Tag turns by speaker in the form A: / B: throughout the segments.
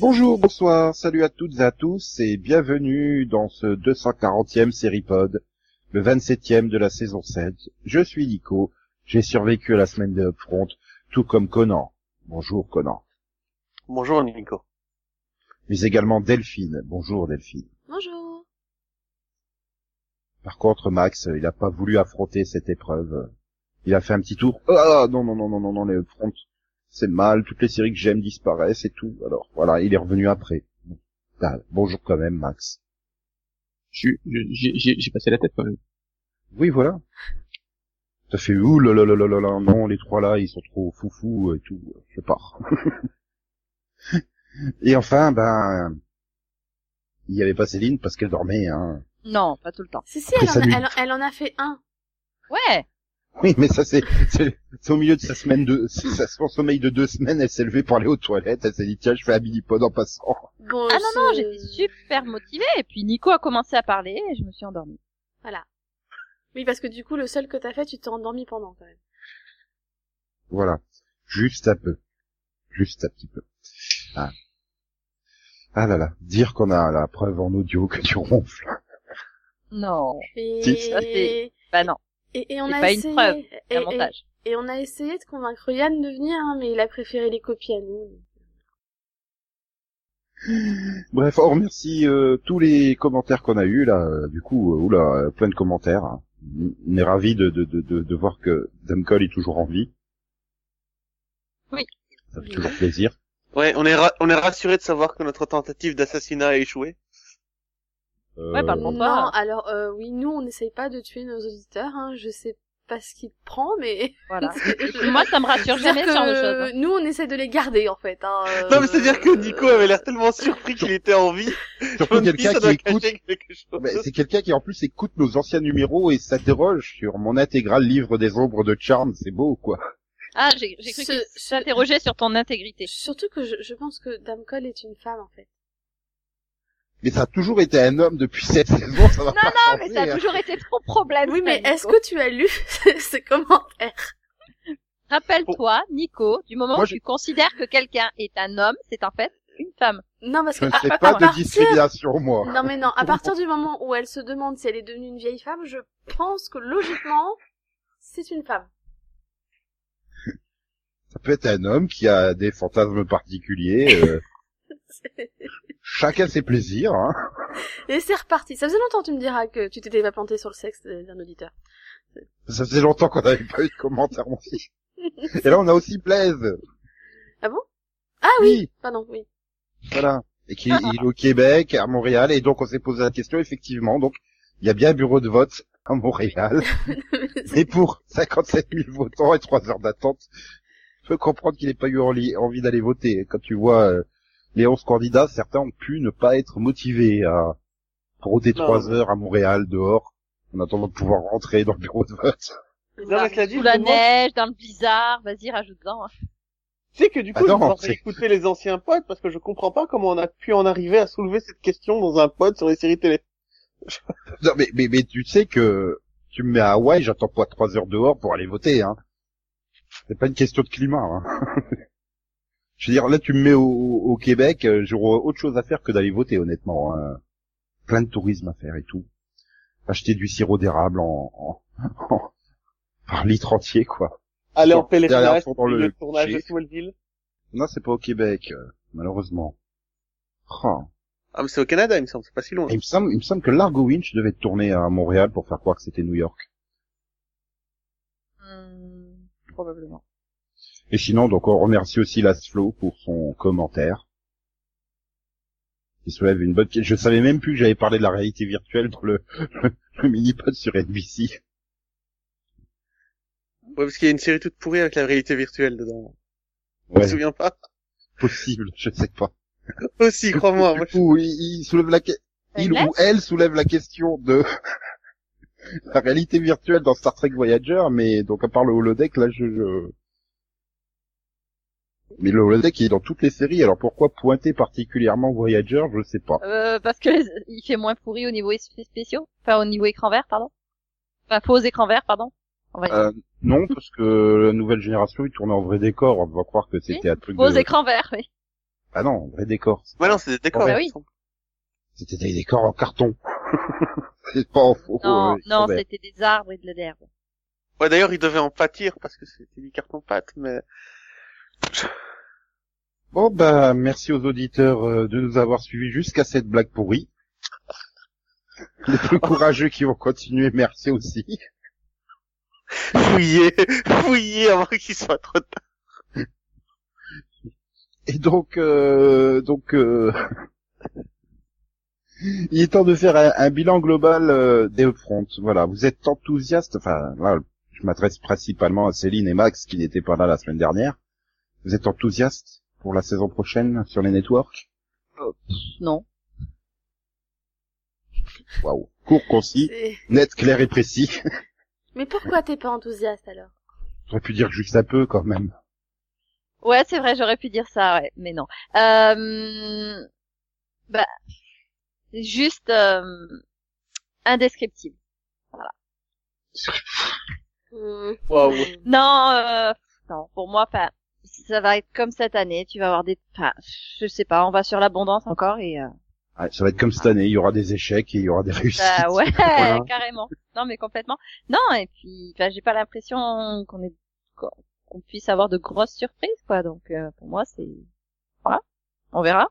A: Bonjour, bonsoir, salut à toutes et à tous et bienvenue dans ce 240e Séripod, le 27e de la saison 7. Je suis Nico, j'ai survécu à la semaine de Upfront, tout comme Conan. Bonjour Conan.
B: Bonjour Nico.
A: Mais également Delphine. Bonjour Delphine.
C: Bonjour.
A: Par contre Max, il n'a pas voulu affronter cette épreuve. Il a fait un petit tour. Ah non, non, non, non, non, non, les Upfront, c'est mal, toutes les séries que j'aime disparaissent et tout. Alors voilà, il est revenu après. Ah, bonjour quand même, Max.
D: J'ai j'ai- j'ai passé la tête quand même.
A: Oui, voilà. T'as fait ouh là là là là là là, non, les trois là, ils sont trop foufous et tout, je pars. et enfin, ben, il y avait pas Céline parce qu'elle dormait, hein.
E: Non, pas tout le temps.
C: Si, si,
A: Après
C: elle en,
A: sa nuit.
C: a, elle, elle en a fait un.
E: Ouais,
A: Oui, mais ça c'est, c'est, c'est au milieu de sa semaine de, c'est sa- son sommeil de deux semaines, elle s'est levée pour aller aux toilettes, elle s'est dit tiens, je fais un mini-pod en passant.
C: Grosse,
E: Ah non, non,
C: euh,
E: j'étais super motivée. Et puis Nico a commencé à parler et je me suis endormie.
C: Oui, parce que du coup, le seul que t'as fait, tu t'es endormi pendant, quand même.
A: Voilà. Juste un peu. Juste un petit peu. Ah, ah là là. Dire qu'on a la preuve en audio que tu ronfles.
E: Non.
A: Si.
E: Ça, c'est-
C: Et,
E: Bah non,
C: et, et on
E: c'est
C: a
E: pas une
C: essayé...
E: preuve,
C: et-
E: c'est un
C: et-
E: montage.
C: Et on a essayé de convaincre Yann de venir, hein, mais il a préféré les copies à nous.
A: Bref, on remercie euh, tous les commentaires qu'on a eus là. euh, Du coup, euh, oula, euh, plein de commentaires. hein. On est ravis de, de, de, de, de voir que Dumcol est toujours en vie.
E: Oui.
A: Ça fait toujours plaisir.
B: Ouais, on est ra- on est rassuré de savoir que notre tentative d'assassinat a échoué.
E: Ouais, par le
A: Euh,
E: Bon,
C: non,
E: bah.
C: alors euh, oui, nous, on n'essaye pas de tuer nos auditeurs. Hein, je sais pas ce qu'il prend, mais
E: Voilà. Et puis
C: je-
E: moi, ça me rassure jamais ce genre de
C: C'est-à-dire
E: choses.
C: que nous, on essaie de les garder, en fait. Hein, euh,
B: Non, mais c'est-à-dire que Nico avait l'air tellement surpris qu'il était en vie. Je
A: Surtout
B: me dis,
A: quelqu'un
B: ça
A: qui
B: doit
A: écoute.
B: cacher quelque chose.
A: Mais c'est quelqu'un qui en plus écoute nos anciens numéros et s'interroge sur mon intégral livre des ombres de Charm, c'est beau quoi.
E: Ah, j'ai j'ai cru
C: Ce-
E: que
C: ce-
E: t'interrogeais sur ton intégrité.
C: Surtout que je, je pense que Dame Cole est une femme, en fait.
A: Mais ça a toujours été un homme depuis cette saison, ça va pas
E: Ah, mais
A: changer,
E: ça
A: hein.
E: a toujours été ton problème.
C: Oui,
E: ça,
C: mais
E: Nico.
C: est-ce que tu as lu ces commentaires
E: Rappelle-toi, Nico, du moment
A: Moi,
E: où tu considères que quelqu'un est un homme, c'est en fait une femme.
C: Non, parce
A: Je
C: que
A: ne
C: à-
A: fais
C: à-
A: pas
C: à
A: de
C: partir-
A: discrimination, moi.
C: Non, mais non, à partir du moment où elle se demande si elle est devenue une vieille femme, je pense que logiquement, c'est une femme.
A: Ça peut être un homme qui a des fantasmes particuliers. euh, chacun ses plaisirs. Hein.
C: Et c'est reparti. Ça faisait longtemps, tu me diras, que tu t'étais pas planté sur le sexe d'un auditeur.
A: Ça faisait longtemps qu'on n'avait pas eu de commentaires, mon fils. Et là, on a aussi Blaise.
C: Ah oui, Pardon, oui.
A: Voilà. Et qui il est au Québec, à Montréal, et donc on s'est posé la question, effectivement. Donc, il y a bien un bureau de vote à Montréal. Et pour 57 000 votants et 3 heures d'attente, je peux comprendre qu'il n'ait pas eu enli- envie d'aller voter. Quand tu vois euh, les 11 candidats, certains ont pu ne pas être motivés à rôder
B: Non.
A: 3 heures à Montréal dehors en attendant de pouvoir rentrer dans le bureau de vote.
B: Non, mais cela dit,
E: Sous
B: je
E: la
B: me demande-
E: neige, dans le blizzard, vas-y, rajoute-en. hein.
B: C'est que du coup,
A: Ah non,
B: je pense
A: c'est-
B: écouter les anciens potes parce que je comprends pas comment on a pu en arriver à soulever cette question dans un pod sur les séries télé.
A: Non mais, mais, mais tu sais que tu me mets à Hawaï, j'attends pas 3 heures dehors pour aller voter. Hein. C'est pas une question de climat. Hein. je veux dire, là tu me mets au, au Québec, euh, j'aurais autre chose à faire que d'aller voter honnêtement. hein. Plein de tourisme à faire et tout. Acheter du sirop d'érable en, en, en- par litre entier quoi.
B: Aller en
A: Bon, dernière
B: pèlerinage,
A: fois dans
B: le,
A: le-
B: tournage de
A: j'ai-
B: Smallville.
A: Non c'est pas au Québec, euh, malheureusement. Oh.
B: Ah, mais c'est au Canada, il me semble, c'est pas si loin.
A: Il me semble, il me semble que Largo Winch devait tourner à Montréal pour faire croire que c'était New York.
E: Hmm, probablement.
A: Et sinon, donc, on remercie aussi Laszlo pour son commentaire. Il soulève une bonne question. Je savais même plus que j'avais parlé de la réalité virtuelle dans le, le mini-pod sur NBC.
B: Ouais, parce qu'il y a une série toute pourrie avec la réalité virtuelle dedans. Je me
A: Ouais,
B: souviens pas.
A: possible, je sais pas.
B: Aussi, crois-moi.
A: Du
B: Ah, moi, je-
A: coup, il, il soulève la que- il
E: Ben, Laisse-
A: ou elle soulève la question de la réalité virtuelle dans Star Trek Voyager, mais donc à part le holodeck, là, je, je- Mais le holodeck, il est dans toutes les séries, alors pourquoi pointer particulièrement Voyager, je sais pas.
E: Euh, parce que les- il fait moins pourri au niveau es- spéciaux, enfin au niveau écran vert, pardon. Enfin, faux écran vert, pardon. On va dire.
A: Euh, non, parce que la nouvelle génération, ils tournent en vrai décor. On va croire que c'était un truc
E: faux
A: de...
E: écran vert, oui.
A: Ah non, en vrai décor.
B: Ouais, non, c'est des décors. hein,
E: Bah oui.
A: C'était des décors en carton. c'est pas en faux.
E: non,
A: euh,
E: non,
A: mais-
E: c'était des arbres et de l'herbe.
B: Ouais, d'ailleurs, ils devaient en pâtir parce que c'était du carton-pâte, mais
A: Bon, bah, merci aux auditeurs euh, de nous avoir suivis jusqu'à cette blague pourrie. Les plus courageux qui vont continuer, merci aussi.
B: fouillez, fouillez avant qu'il soit trop tard.
A: Et donc, euh, donc, euh, il est temps de faire un, un bilan global euh, des fronts. Voilà, vous êtes enthousiaste. Enfin, là, je m'adresse principalement à Céline et Max qui n'étaient pas là la semaine dernière. Vous êtes enthousiaste pour la saison prochaine sur les networks
E: Non.
A: Waouh, court, concis,
C: C'est-
A: net, clair et précis.
C: Mais pourquoi t'es pas enthousiaste alors
A: J'aurais pu dire juste un peu quand même.
E: Ouais, c'est vrai, j'aurais pu dire ça, ouais, mais non. Euh, bah, c'est juste euh, indescriptible.
C: Hmm.
A: Ah
B: Waouh.
E: Non, euh, non, pour moi, enfin, ça va être comme cette année. Tu vas avoir des, enfin, je sais pas, on va sur l'abondance encore et. Euh,
A: Ouais, ça va être comme cette année, il y aura des échecs et il y aura des réussites.
E: bah, ouais,
B: Voilà.
E: carrément. Non, mais complètement. Non, et puis, enfin, j'ai pas l'impression qu'on est, qu'on qu'on puisse avoir de grosses surprises, quoi. Donc, euh, pour moi, c'est, voilà, on verra.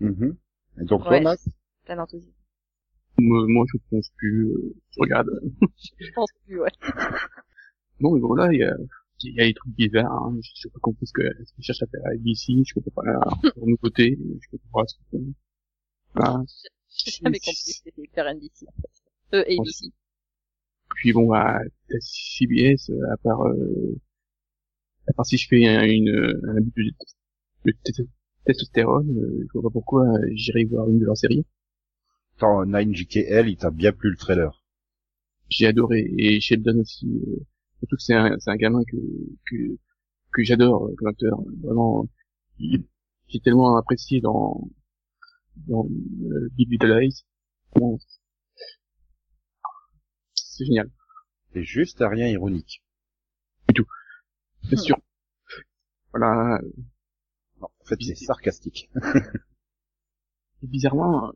A: Mhm. Et donc, toi,
E: Ouais.
A: Max
E: Plein d'enthousiasme.
D: Moi, moi, je pense plus. euh, je regarde.
E: Je pense plus, ouais.
D: Non, mais voilà, il y a, il y a des trucs bizarres. hein. Je je sais pas compris ce que- ce qu'ils cherchent à faire avec DC. Je comprends pas la leur nouveauté. Je comprends pas ce qu'ils font. Ah,
E: J'ai jamais compris ce que c'était hyper NBC. Euh, ABC.
D: puis bon, bah, à à CBS, euh, à part, euh, à part si je fais un, une, un abus de, de test- testostérone, euh, je vois pas pourquoi euh, j'irai voir une de leurs séries.
A: Attends, 9JKL, il t'a bien plu le trailer.
D: J'ai adoré et Sheldon aussi. euh, surtout que c'est un, c'est un gamin que que que j'adore euh, comme acteur. Vraiment, il- j'ai tellement apprécié dans dans euh, Big Little Lies. Bon, c'est génial.
A: C'est juste à rien ironique.
D: Bien sûr. Voilà,
A: Non, en fait, c'est sarcastique.
D: Et bizarrement, euh,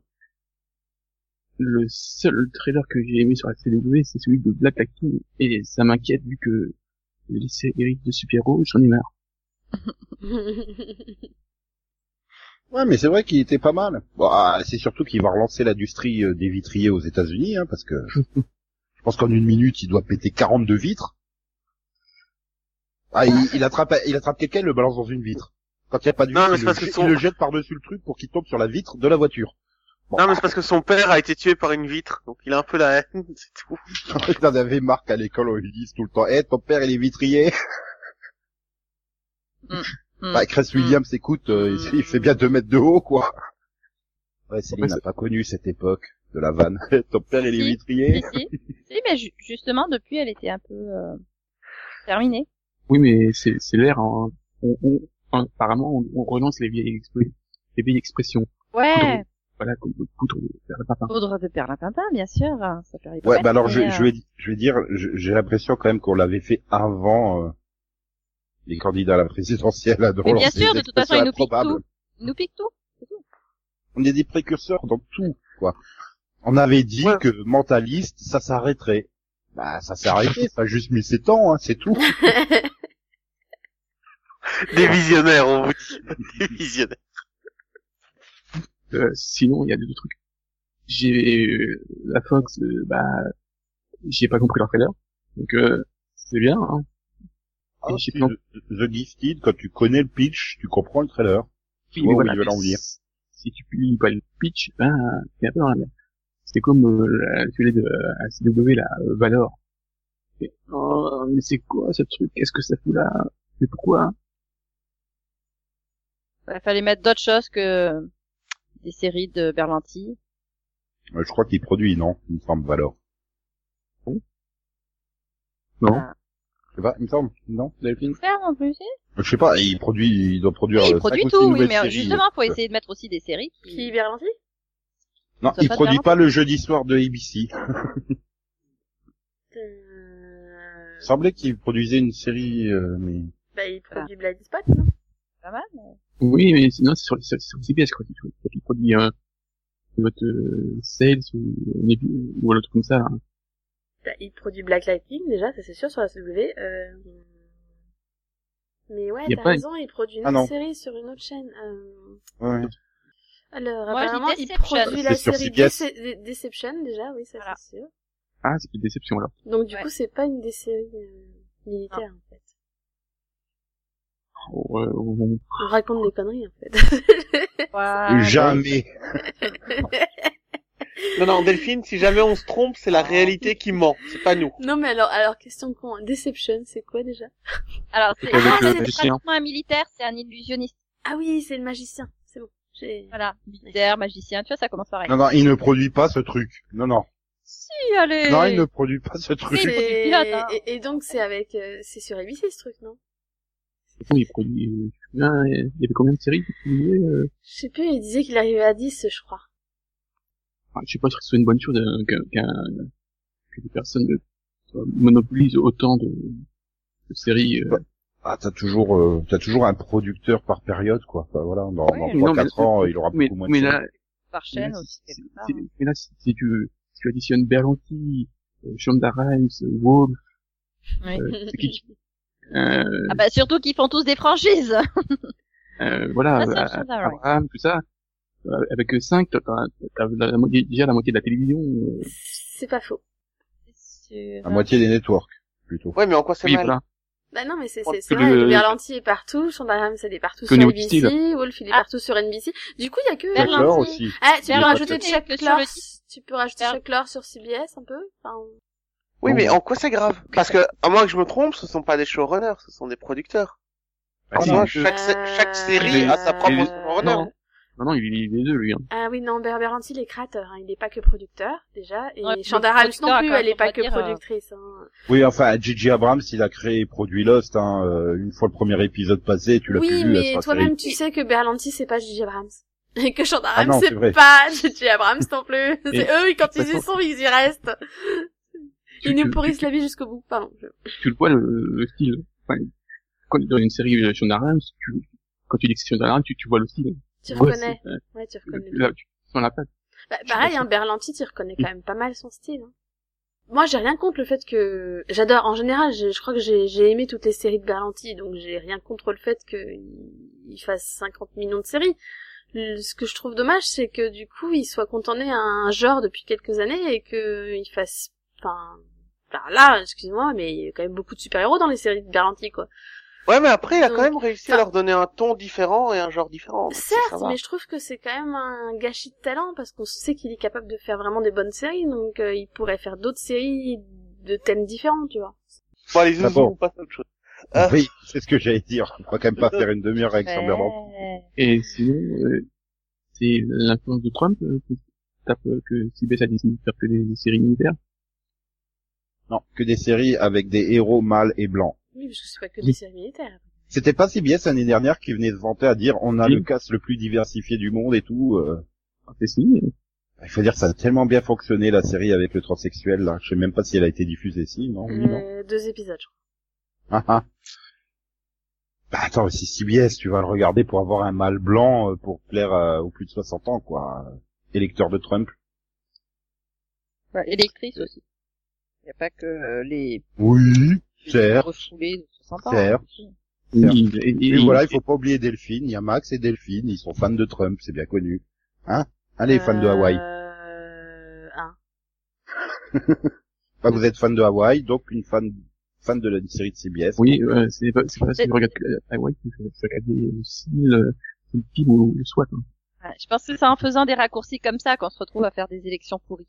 D: le seul trailer que j'ai aimé sur la CW, c'est celui de Black Lightning, et ça m'inquiète vu que les séries de super-héros, j'en ai marre.
A: Ouais, mais c'est vrai qu'il était pas mal. Bon, ah, c'est surtout qu'il va relancer l'industrie euh, des vitriers aux États-Unis, hein, parce que je pense qu'en une minute, il doit péter 42 vitres. Ah, il, il attrape, il attrape quelqu'un, il le balance dans une vitre. Quand il n'y a pas de
B: Non,
A: vitre,
B: mais
A: il, le
B: c'est parce que
A: jette-
B: son-
A: il le jette par-dessus le truc pour qu'il tombe sur la vitre de la voiture. Bon,
B: Non, mais c'est parce que son père a été tué par une vitre, donc il a un peu la haine, c'est tout.
A: J'en avais marre qu'à l'école, on lui dise tout le temps, Eh, ton père, il est vitrier.
E: Mm. Mm.
A: Bah, Chris Williams, écoute, euh, il, il fait bien deux mètres de haut, quoi. Ouais, Céline
D: Ouais,
A: n'a
D: c'est-
A: pas connu cette époque de la vanne. ton père, il est
E: Si.
A: vitrier.
E: Si, si. Si, mais ju- justement, depuis, elle était un peu euh, terminée.
D: Oui, mais c'est c'est l'air, hein. on, on- on- apparemment, on, on relance les vieilles, expr- les vieilles expressions.
E: Ouais,
D: Voilà, comme le poudre de perlimpinpin.
E: poudre de perlimpinpin, bien sûr. hein, Ça perd
A: Ouais, bah alors je,
E: euh,
A: je, vais, je vais dire, je- j'ai l'impression quand même qu'on l'avait fait avant euh, les candidats à la présidentielle. à
E: Mais bien
A: relancer
E: sûr,
A: des
E: de toute façon, ils nous piquent
A: improbables.
E: tout. Ils nous piquent tout.
A: On est des précurseurs dans tout, quoi. On avait dit
B: Ouais.
A: que mentaliste, ça s'arrêterait. Bah, ça s'est arrêté, ça a juste mis ses temps, hein, c'est tout.
B: Des visionnaires, on vous dit. Des visionnaires.
D: Euh, sinon, il y a deux trucs. J'ai euh, la Fox, euh, bah, j'ai pas compris leur trailer, donc euh, c'est bien. Hein.
A: Ah, si,
D: j'ai plus-
A: The Gifted, quand tu connais le pitch, tu comprends le trailer.
D: Oui,
A: vois
D: mais
A: où
D: voilà,
A: ils veulent en
D: si-
A: venir.
D: Si tu publies pas le pitch, ben, t'es un peu dans la merde. C'était comme euh, la tu l'as de la CW, la euh, Valor. Et, oh, mais c'est quoi ce truc Qu'est-ce que ça fout là Mais pourquoi
E: Il fallait mettre d'autres choses que des séries de Berlanti.
A: Euh, Je crois qu'il produit, non Il me semble, Valor.
D: Oh. Non.
E: Ah.
A: Je sais pas, il me semble, non Delphine
E: Faire en plus. oui.
A: Je sais pas, il produit, il doit produire...
E: Oui, il
A: euh,
E: produit
A: cinq ou six
E: tout, oui,
A: nouvelles
E: mais
A: séries.
E: justement, faut essayer de mettre aussi des séries
C: Qui
E: qui...
C: Berlanti
A: Non,
E: Ça
A: il
E: va
A: produit
E: faire
A: pas le jeudi soir de ABC.
C: euh...
A: Il semblait qu'il produisait une série, euh, mais...
C: Bah, il produit Blind Spot, non
E: Pas mal. mais-
D: Oui, mais sinon, c'est sur, sur, sur CBS, je crois qu'il produit- qu'il produit un, votre euh, Sales ou, Nebi- ou un autre comme ça. hein. là.
C: bah, Il produit Black Lightning, déjà, ça c'est sûr, sur la SW. Euh... Mais ouais,
D: Y a
C: t'as
D: pas-
C: raison, il produit une
A: Ah,
C: autre
A: non.
C: série sur une autre chaîne. Euh...
A: Ouais.
C: Alors,
E: Moi, je dis
C: apparemment, il
E: Deception.
C: produit la
A: C'est sur
C: série
A: CBS.
C: Dece- De- Deception, déjà, oui, ça
E: Voilà.
C: c'est sûr.
D: Ah, c'est une déception alors.
C: Donc, du
E: Ouais.
C: coup, c'est pas une des séries euh, militaires, en fait.
D: Pour, euh, on-
C: On raconte des conneries, en fait.
E: Voilà.
A: Ah, Jamais.
B: Non, non, Delphine, si jamais on se trompe, c'est la réalité qui ment. C'est pas nous.
C: non, mais alors, alors question con. Deception, c'est quoi, déjà
E: Alors, c'est
D: Avec
E: ah,
D: le
E: c'est
D: magicien.
E: pratiquement un militaire, c'est un illusionniste.
C: Ah oui, c'est le magicien. C'est bon. J'ai...
E: Voilà, militaire, magicien, tu vois, ça commence pareil.
A: Non, non, il ne produit pas ce truc. Non, non.
E: Si, allez
A: Non, il ne produit pas ce truc.
E: C'est-
C: Et,
E: pilote, hein.
C: et, et donc, c'est avec, euh, c'est sur ABC, ce truc, non?
D: Pourtant, il produit, euh, je me souviens, il y avait combien de séries qu'il publiait, euh,
C: Je sais plus, il disait qu'il arrivait à 10, je crois.
D: enfin, Je sais pas si c'est une bonne chose euh, qu'un, qu'un- que des personnes euh, monopolisent autant de, de séries. euh.
A: Ah, t'as toujours, euh, t'as toujours un producteur par période, quoi. Enfin, voilà, dans,
E: Oui,
A: dans
D: mais non,
A: 3-4
D: mais-
A: ans, il aura
D: mais,
A: beaucoup moins
D: mais
A: de
D: là,
E: Par
D: mais
E: chaîne
D: là,
E: aussi,
D: si- si-
E: quelque part. hein.
D: si- mais là, si si tu, si tu additionnes Berlanti, euh, Shonda Rhimes, Wob,
E: Oui.
D: euh, c'est qui- euh,
E: Ah bah surtout qu'ils font tous des franchises.
D: euh, voilà,
E: Ah, Ça, c'est
D: euh,
E: la chose à voir.
D: Abraham, tout ça. Euh, Avec 5, t'as, t'as, t'as la, la moitié- déjà la moitié de la télévision. euh,
C: C'est pas faux.
E: Sur-
A: La ah. moitié des networks, plutôt.
B: Ouais, mais en quoi c'est
D: oui,
B: mal
D: voilà.
C: Bah non, mais c'est,
B: Oh,
C: c'est, c'est
D: que
C: vrai,
D: le-
C: le Berlanti est partout, Shonda Rhimes, elle est partout
D: Que
C: sur
D: niveau de
C: ABC, Wolf, il est
E: Ah.
C: partout sur NBC. Du coup, il y a que
E: Berlanti.
A: D'accord, aussi.
C: Ah, tu
A: Il y a
C: peux
A: pas
C: rajouter
E: de-
C: Chuck
E: que sur
C: Lorre,
E: le titre.
C: tu peux rajouter
E: Berl-
C: Chuck Lorre sur CBS, un peu? Enfin,
B: Oui, mais en quoi c'est grave Parce que, à moins que je me trompe, ce sont pas des showrunners, ce sont des producteurs.
A: Ah,
B: À
A: si,
B: moins
A: mais
B: que chaque,
C: euh,
B: sé- chaque série
D: Mais-
B: a sa propre
D: mais-
B: showrunner.
D: Non. Non, non, il il est les deux, lui. Hein.
C: Ah oui, non, Ber- Berlanti, il est créateur, hein. il est pas que producteur, déjà, et
E: Ouais, puis
C: Shonda
E: le
C: Rhimes
E: producteur
C: non
E: a
C: plus,
E: quand même,
C: elle est
E: on
C: pas
E: va
C: que
E: dire, euh,
C: productrice, hein.
A: Oui, enfin, Gigi Abrams, il a créé et produit Lost, hein, euh, une fois le premier épisode passé, tu l'as plus
C: Oui,
A: vu,
C: mais
A: la série.
C: toi-même, tu sais que Berlanti, c'est pas J.J. Abrams. Et que Shonda
A: Ah
C: Rhimes,
A: non, c'est vrai.
C: c'est pas J.J. Abrams non plus. C'est eux, ils- quand ils y sont, ils y restent. Ils
D: Tu-
C: nous
D: tu-
C: pourrissent la vie jusqu'au bout. Pardon. je-
D: tu le vois le, le style. Enfin, quand dans une série euh, Shonda Rhimes, tu, quand tu dis que c'est Shonda Rhimes, tu, tu vois le style.
C: Tu
D: Ouais,
C: reconnais.
D: c'est- euh,
C: Ouais, tu reconnais.
D: tu- Là, tu sens la patte.
C: Bah,
D: je suis
C: pareil,
D: d'accord.
C: hein, Berlanti, tu reconnais quand même pas mal son style. hein. Moi, j'ai rien contre le fait que... J'adore, en général, j'ai- je crois que j'ai j'ai aimé toutes les séries de Berlanti, donc j'ai rien contre le fait qu'il fasse 50 millions de séries. Le- Ce que je trouve dommage, c'est que du coup, il soit cantonné à un genre depuis quelques années et que il fasse... Enfin... enfin, là, excuse-moi, mais il y a quand même beaucoup de super-héros dans les séries de Berlanti, quoi.
B: Ouais, mais après, il a
C: Donc,
B: quand même réussi à leur donner un ton différent et un genre différent. donc ça, ça
C: Certes,
B: va.
C: mais je trouve que c'est quand même un gâchis de talent parce qu'on sait qu'il est capable de faire vraiment des bonnes séries, donc euh, il pourrait faire d'autres séries de thèmes différents, tu vois.
B: Bon, les zouzous,
A: D'accord.
B: on passe à autre chose.
A: Oui, c'est ce que j'allais dire. On va quand même pas faire une demi-heure avec Sam Berlanti.
E: Ouais.
D: Et sinon, euh, c'est l'influence de Trump euh, qui tape euh, que CBS a décidé de faire que des, des séries militaires.
A: Non, que des séries avec des héros mâles et blancs.
C: Oui, parce que c'est pas que
D: Oui.
C: des séries militaires.
A: C'était pas CBS l'année dernière qui venait se vanter à dire on a
D: Oui.
A: le casse le plus diversifié du monde et tout. euh.
D: Alors que si, euh,
A: Il faut dire ça a tellement bien fonctionné la série avec le transsexuel là. Je sais même pas si elle a été diffusée si non. oui, non.
C: Euh, deux épisodes, je crois.
A: Ah, ah. Bah attends, mais si CBS, tu vas le regarder pour avoir un mâle blanc euh, pour plaire euh, aux plus de 60 ans quoi. euh, Électeur de Trump.
E: Ouais, Et l'actrice aussi. Bah, Il n'y a pas que euh, les
A: Oui.
E: les
A: Certes.
E: refoulés de 60 ans.
A: Certes.
D: il-
A: Certes.
D: il- il-
A: Et
D: il-
A: voilà, il faut pas oublier Delphine. Il y a Max et Delphine, ils sont fans de Trump, c'est bien connu. Hein Allez, fans de Hawaï.
C: Euh... Un.
A: Bah, vous êtes fan de Hawaï, donc une fan fan de la série de CBS.
D: Oui, euh, c'est pas, c'est pas parce que je regarde que la Hawaii, tu regarder aussi le, euh, le film ou le SWAT. Hein.
E: Ouais, Ah, je pense que c'est en faisant des raccourcis comme ça qu'on se retrouve à faire des élections pourries.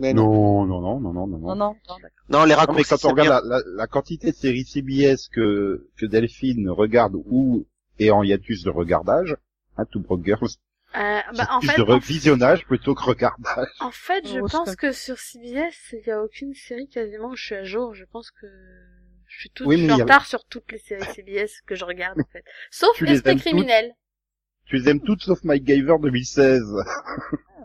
B: Mais non.
A: Non, non, non, non, non, non.
E: Non,
A: non.
E: non, non,
B: Non,
E: d'accord.
B: les
A: Non, mais
B: raccourcis,
A: Ah, quand on
B: c'est
A: regarde
B: bien.
A: la, la, la quantité de séries CBS que que Delphine regarde ou est en hiatus de regardage, hein, Two Broke Girls,
C: Euh, bah, en
A: plus
C: fait,
A: de
C: en,
A: revisionnage plutôt que regardage.
C: en fait, je
E: Oh, c'est
C: pense
E: pas-
C: que sur CBS, il y a aucune série quasiment où je suis à jour. Je pense que je suis toute
A: Oui,
C: je
A: mais
C: suis en
A: il y a-
C: retard sur toutes les séries CBS que je regarde, en fait. Sauf
A: Tu les
C: Esprit
A: aimes toutes
C: criminel.
A: Tu les aimes toutes sauf MacGyver 2016.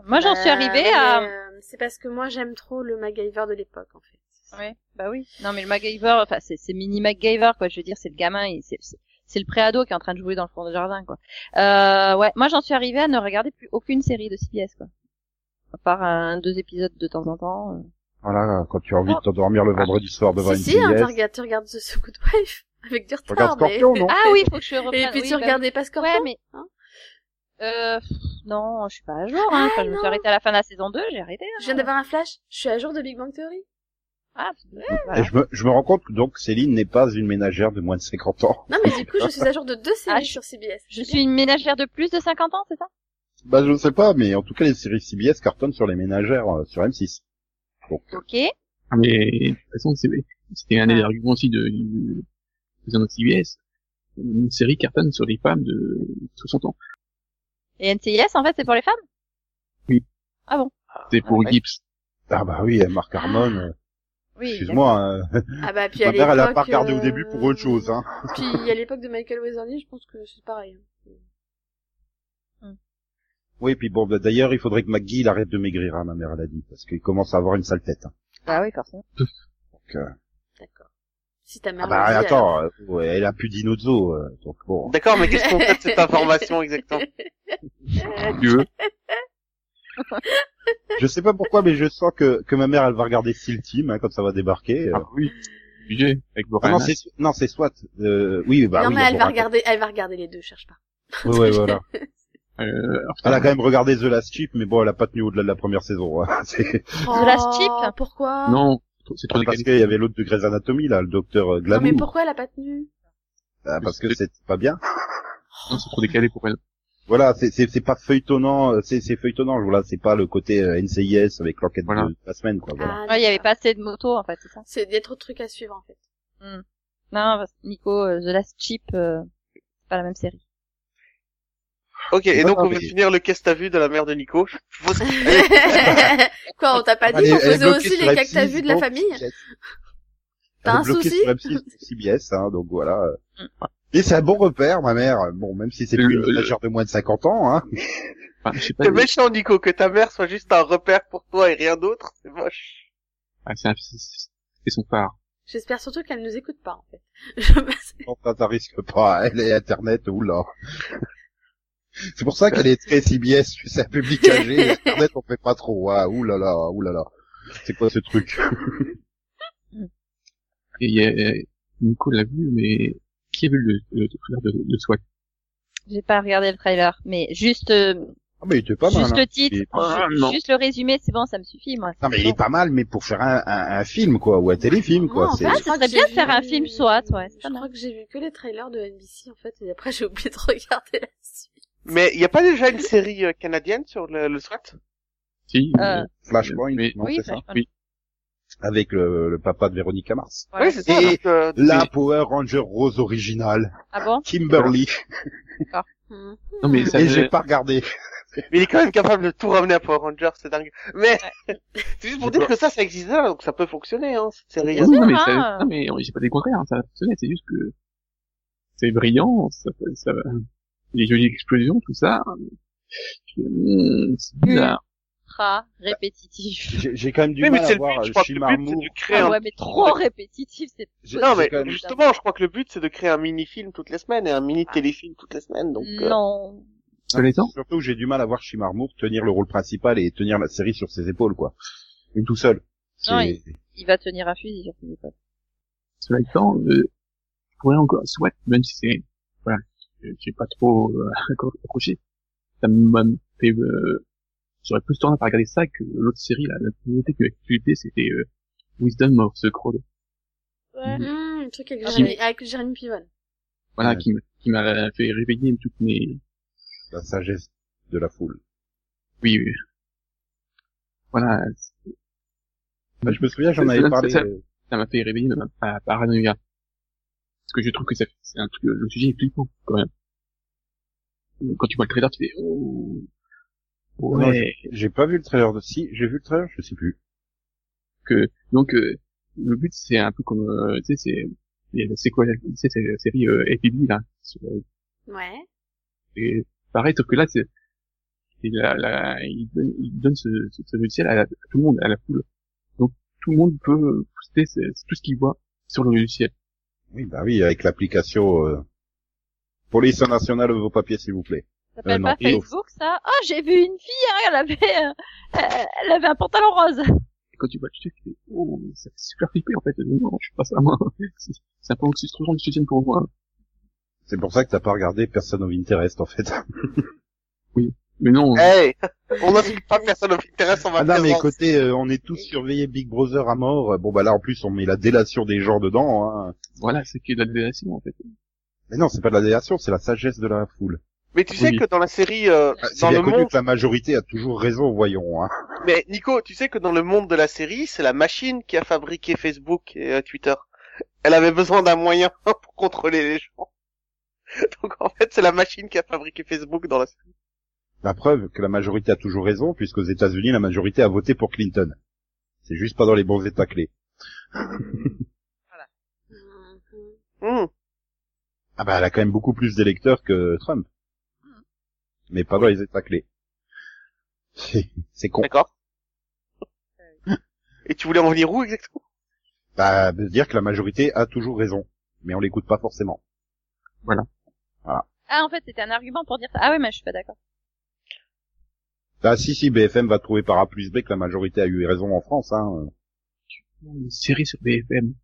E: Moi, j'en suis
C: Euh,
E: arrivée
C: ouais,
E: à...
C: euh, mais, euh, C'est parce que moi, j'aime trop le MacGyver de l'époque, en fait.
A: Ah
E: Ouais, bah oui. Non, mais le MacGyver, enfin, c'est, c'est mini MacGyver, quoi. Je veux dire, c'est le gamin, il- c'est, c'est- c'est le pré-ado qui est en train de jouer dans le fond de jardin, quoi. Euh, ouais, moi, j'en suis arrivée à ne regarder plus aucune série de CBS, quoi. À part un, deux épisodes de temps en temps. euh.
A: Voilà, Oh quand tu as envie de t'endormir le vendredi soir devant
C: Oh. si,
A: une
C: si, hein, tu
A: CBS,
C: regardes, tu regardes The Good Wife avec du
A: tu regardes
C: retard, mais...
A: Scorpion, non
E: Ah oui, faut que je reprenne.
C: Et puis
E: oui,
C: tu
E: bah
C: regardais pas Scorpion
E: Ouais, mais.
C: hein
E: Euh, pff, non, je suis pas à jour,
C: Ah,
E: hein. Enfin, je me
C: non.
E: suis arrêtée à la fin de la saison 2, j'ai arrêté. hein.
C: Je viens d'avoir un flash, je suis à jour de Big Bang Theory.
E: Ah, pff, ouais,
C: bah.
A: Et je me, je me rends compte que donc Céline n'est pas une ménagère de moins de 50 ans.
C: Non, mais du coup, je suis à jour de deux séries
E: Ah, je-
C: sur CBS.
E: Je suis une ménagère de plus de 50 ans, c'est ça?
A: Bah je sais pas, mais en tout cas les séries CBS cartonnent sur les ménagères euh, sur M6.
E: Ok.
D: Ah, Mais de toute façon, c'est- c'était un
A: Ah.
D: des arguments aussi de, de, de notre CBS. Une série cartonne sur les femmes de 60 ans.
E: Et NCIS, en fait, c'est pour les femmes?
D: C'est pour
A: ouais.
D: Gibbs.
A: Ah bah oui, Marc Harmon, euh,
E: Oui.
A: excuse-moi, euh,
C: Ah bah, puis à
A: ma mère elle a pas
C: l'époque,
A: regardé au
C: euh,
A: début pour autre chose. Hein.
C: Puis à l'époque de Michael Weatherly, je pense que c'est pareil. hein.
A: Oui, puis bon, bah, d'ailleurs il faudrait que McGee il arrête de maigrir, hein, ma mère elle a dit, parce qu'il commence à avoir une sale tête. hein.
E: Bah oui, forcément.
C: D'accord. Si ta mère
A: Ah bah
C: le dit, alors.
A: attends, euh, ouais, elle a plus d'inozzo, euh, donc bon.
B: D'accord, mais qu'est-ce qu'on fait de cette information exactement
A: Ah bah
D: Tu veux
A: Je sais pas pourquoi, mais je sens que, que ma mère elle va regarder Seal Team hein, quand ça va débarquer. euh.
D: Ah oui. Obligé. Avec
A: Ah non,
D: Borana.
A: c'est non, c'est SWAT. Euh, oui, bah
C: non,
A: oui,
C: mais elle va
A: Laura.
C: regarder, elle va regarder les deux, cherche pas.
A: Ouais, ouais, voilà.
D: euh, alors,
A: Elle a quand même regardé The Last Chip, mais bon, elle a pas tenu au-delà de la première saison. hein. C'est-
C: Oh,
E: Last Chip
C: Pourquoi
D: Non, c'est trop
A: parce
D: décalé.
A: qu'il y avait l'autre de Grey's Anatomy, là, le docteur euh,
C: Non, mais
A: Glamour.
C: pourquoi elle a pas tenu
A: Ah, parce que c'est pas bien.
D: Non, c'est trop décalé pour elle.
A: Voilà, c'est- c'est c'est pas feuilletonnant, euh, c'est c'est feuilletonnant. Voilà, c'est pas le côté euh, NCIS avec l'enquête
D: Voilà.
A: de la semaine, quoi. Voilà.
C: Ah,
E: Ouais, il y avait
C: d'accord.
E: pas assez de motos, en fait, c'est ça.
C: C'est, il y a trop de trucs à suivre, en fait.
E: Non, parce que Nico, euh, The Last Chip, euh, c'est pas la même série.
B: Ok, et
A: Non,
B: donc
A: Bah, non,
B: on veut
A: mais-
B: finir le qu'est-ce t'as vu de la mère de Nico. Je propose- Allez,
C: Quoi, on t'a pas dit
A: Elle est-
C: qu'on
A: elle est
C: faisait
A: bloquée
C: aussi
A: sur
C: les cas que
A: M6,
C: t'as vus de la
A: donc,
C: famille
A: CBS.
C: T'as
A: Elle est
C: un
A: bloquée
C: souci
A: sur M6, pour CBS, hein, donc voilà.
E: Mm.
A: Et c'est un bon repère, ma mère. Bon, même si c'est
D: Le-
A: plus une
D: le-
A: majeure de moins de 50 ans, hein.
D: Enfin, je sais pas.
B: C'est méchant Nico, que ta mère soit juste un repère pour toi et rien d'autre, c'est moche.
D: Ah, c'est un- c'est- c'est c'est son phare.
C: J'espère surtout qu'elle nous écoute pas, en fait. Je pense-
A: Enfin, ça risque pas. Elle est Internet, oula. C'est pour ça qu'elle est très CBS, tu sais, un public âgé. Internet, on fait pas trop. Ah, oulala, oulala. C'est quoi ce truc
D: Et il y a, euh, Nico l'a vu, mais qui a vu le, le, trailer de, de SWAT
E: J'ai pas regardé le trailer, mais juste, euh,
A: Ah, mais il était pas mal.
E: juste
A: hein.
E: le titre,
A: Il est
D: pas
E: ju-
D: mal,
E: juste le résumé, c'est bon, ça me suffit, moi.
A: Non, mais il est pas mal, mais pour faire un, un, un film, quoi, ou un téléfilm, quoi.
C: Moi, en
A: c'est...
C: fait, je
E: Ah, ça
C: crois
E: serait
C: que
E: bien
C: j'ai
E: de faire un
C: vu-
E: film SWAT, ouais, c'est
C: Je
E: pas mal.
C: crois que j'ai vu que les trailers de NBC, en fait, et après j'ai oublié de regarder la suite.
B: Mais il y a pas déjà une série euh, canadienne sur le, le SWAT
D: Si.
E: Euh,
A: Flashpoint,
D: Mais-
A: non,
E: oui,
A: c'est ça
C: bah.
E: Flashpoint.
D: Oui.
A: Avec le, le papa de Véronica Mars.
E: Voilà.
B: Oui, c'est ça.
A: Et-
B: donc, euh,
A: La Power Ranger rose originale,
E: Ah bon?
A: Kimberly.
E: Mmh.
C: Hmm.
D: Non, mais ça,
A: Et j'ai pas regardé.
B: Mais il est quand même capable de tout ramener à Power Rangers, c'est dingue. Mais c'est juste pour dire que ça, ça existe déjà, donc ça peut fonctionner, hein, cette série.
E: Bien
D: Oui,
E: sûr,
D: mais
E: hein.
D: ça- non, mais j'ai pas des contraires, hein, ça a fonctionné, c'est juste que c'est brillant, ça, ça, les jolies explosions, tout ça. Hum, C'est bizarre.
E: Ultra répétitif.
A: J'ai j'ai quand même du
B: Oui, mais
A: mal
B: c'est
A: à
B: le but,
A: voir
B: je crois que le
A: Shimar
B: but, c'est
A: Moore.
B: de créer
E: Ah
B: un...
E: ouais, mais trop répétitif, c'est
A: J'ai-
B: Non,
A: j'ai
B: mais
A: quand même-
B: justement, je crois que le but, c'est de créer un mini-film toutes les semaines et un mini-téléfilm toutes les semaines, donc... euh,
E: non.
D: Connaissant
A: Surtout que j'ai du mal à voir Shimar Moore tenir le rôle principal et tenir la série sur ses épaules, quoi. Une tout seul. C'est-
E: Non, il, il va tenir un fusil sur ses
A: Euh,
E: épaules.
D: Cela étant, euh, je pourrais encore, soit, même si c'est, voilà, euh, j'ai pas trop euh, accro- accroché, ça m'a fait, euh, j'aurais plus tendance à regarder ça que l'autre série, là, la priorité que l'actualité, c'était euh, Wisdom of the Crowd,
E: Ouais.
C: Hmm, le truc avec
E: Ah,
C: Jérémy, avec Jérémy Piven.
D: voilà,
A: Ouais.
D: qui m'a qui m'a fait réveiller toutes mes,
A: La sagesse de la foule.
D: oui, oui. voilà,
A: Bah, je me souviens, j'en
D: Mm. C'est-
A: avais
D: c'est-
A: parlé.
D: c'est-
A: euh,
D: ça m'a fait réveiller ma, ma paranoïa. Parce que je trouve que ça, c'est un truc, le sujet est flippant, quand même. Quand tu vois le trailer, tu fais, oh,
A: non,
D: ouais.
A: j'ai- J'ai pas vu le trailer de si, j'ai vu le trailer, je sais plus.
D: que, donc, euh, le but, c'est un peu comme, euh, tu sais, c'est, il y a- c'est quoi, la- tu sais, c'est la série euh, APB, là. sur-
C: Ouais.
D: Et pareil, sauf que là, c'est, c'est la, la, il donne, il donne ce, ce, ce logiciel à, la- à tout le monde, à la foule. Donc, tout le monde peut publicité, c'est c'est tout ce qu'il voit sur le logiciel.
A: Oui, bah oui, avec l'application euh... Police nationale, vos papiers, s'il vous plaît.
E: Ça s'appelle
A: non,
E: pas
A: et au-
E: Facebook, ça Oh, j'ai vu une fille, hein, elle avait, euh, euh, elle avait un pantalon rose.
D: Et quand tu vois le truc, tu fais, oh, ça fait super flipper, en fait. Non, je suis pas ça, moi. C'est c'est un peu anxiogène du soutien pour moi.
A: C'est pour ça que t'as pas regardé Person of Interest, en fait.
D: Mais non,
B: Hey On n'insulte pas personne au Pinterest, on va
A: Ah non, mais
B: présenter.
A: écoutez, euh, on est tous surveillés Big Brother à mort. Bon, bah là, en plus, on met la délation des gens dedans. Hein.
D: voilà, c'est que de la délation, en fait.
A: Mais non, c'est pas de la délation, c'est la sagesse de la foule.
B: Mais tu sais
D: Oui.
B: que dans la série, euh,
A: Ah, C'est
B: dans
A: bien
B: le
A: connu
B: monde,
A: que la majorité a toujours raison, voyons. Hein.
B: mais Nico, tu sais que dans le monde de la série, c'est la machine qui a fabriqué Facebook et euh, Twitter. Elle avait besoin d'un moyen pour contrôler les gens. Donc en fait, c'est la machine qui a fabriqué Facebook dans la série.
A: La preuve que la majorité a toujours raison, puisque aux États-Unis, la majorité a voté pour Clinton. C'est juste pas dans les bons états clés.
C: Mhm.
B: Hmm.
A: Ah bah, elle a quand même beaucoup plus d'électeurs que Trump. Mais pas dans les états clés. C'est c'est con.
B: D'accord. Et tu voulais en venir où exactement
A: Bah, de dire que la majorité a toujours raison. Mais on l'écoute pas forcément.
E: Ah, en fait, c'était un argument pour dire ça. Ah ouais, mais je suis pas d'accord.
A: Bah, si, si, BFM va trouver par A plus B que la majorité a eu raison en France, hein.
D: Une série sur BFM.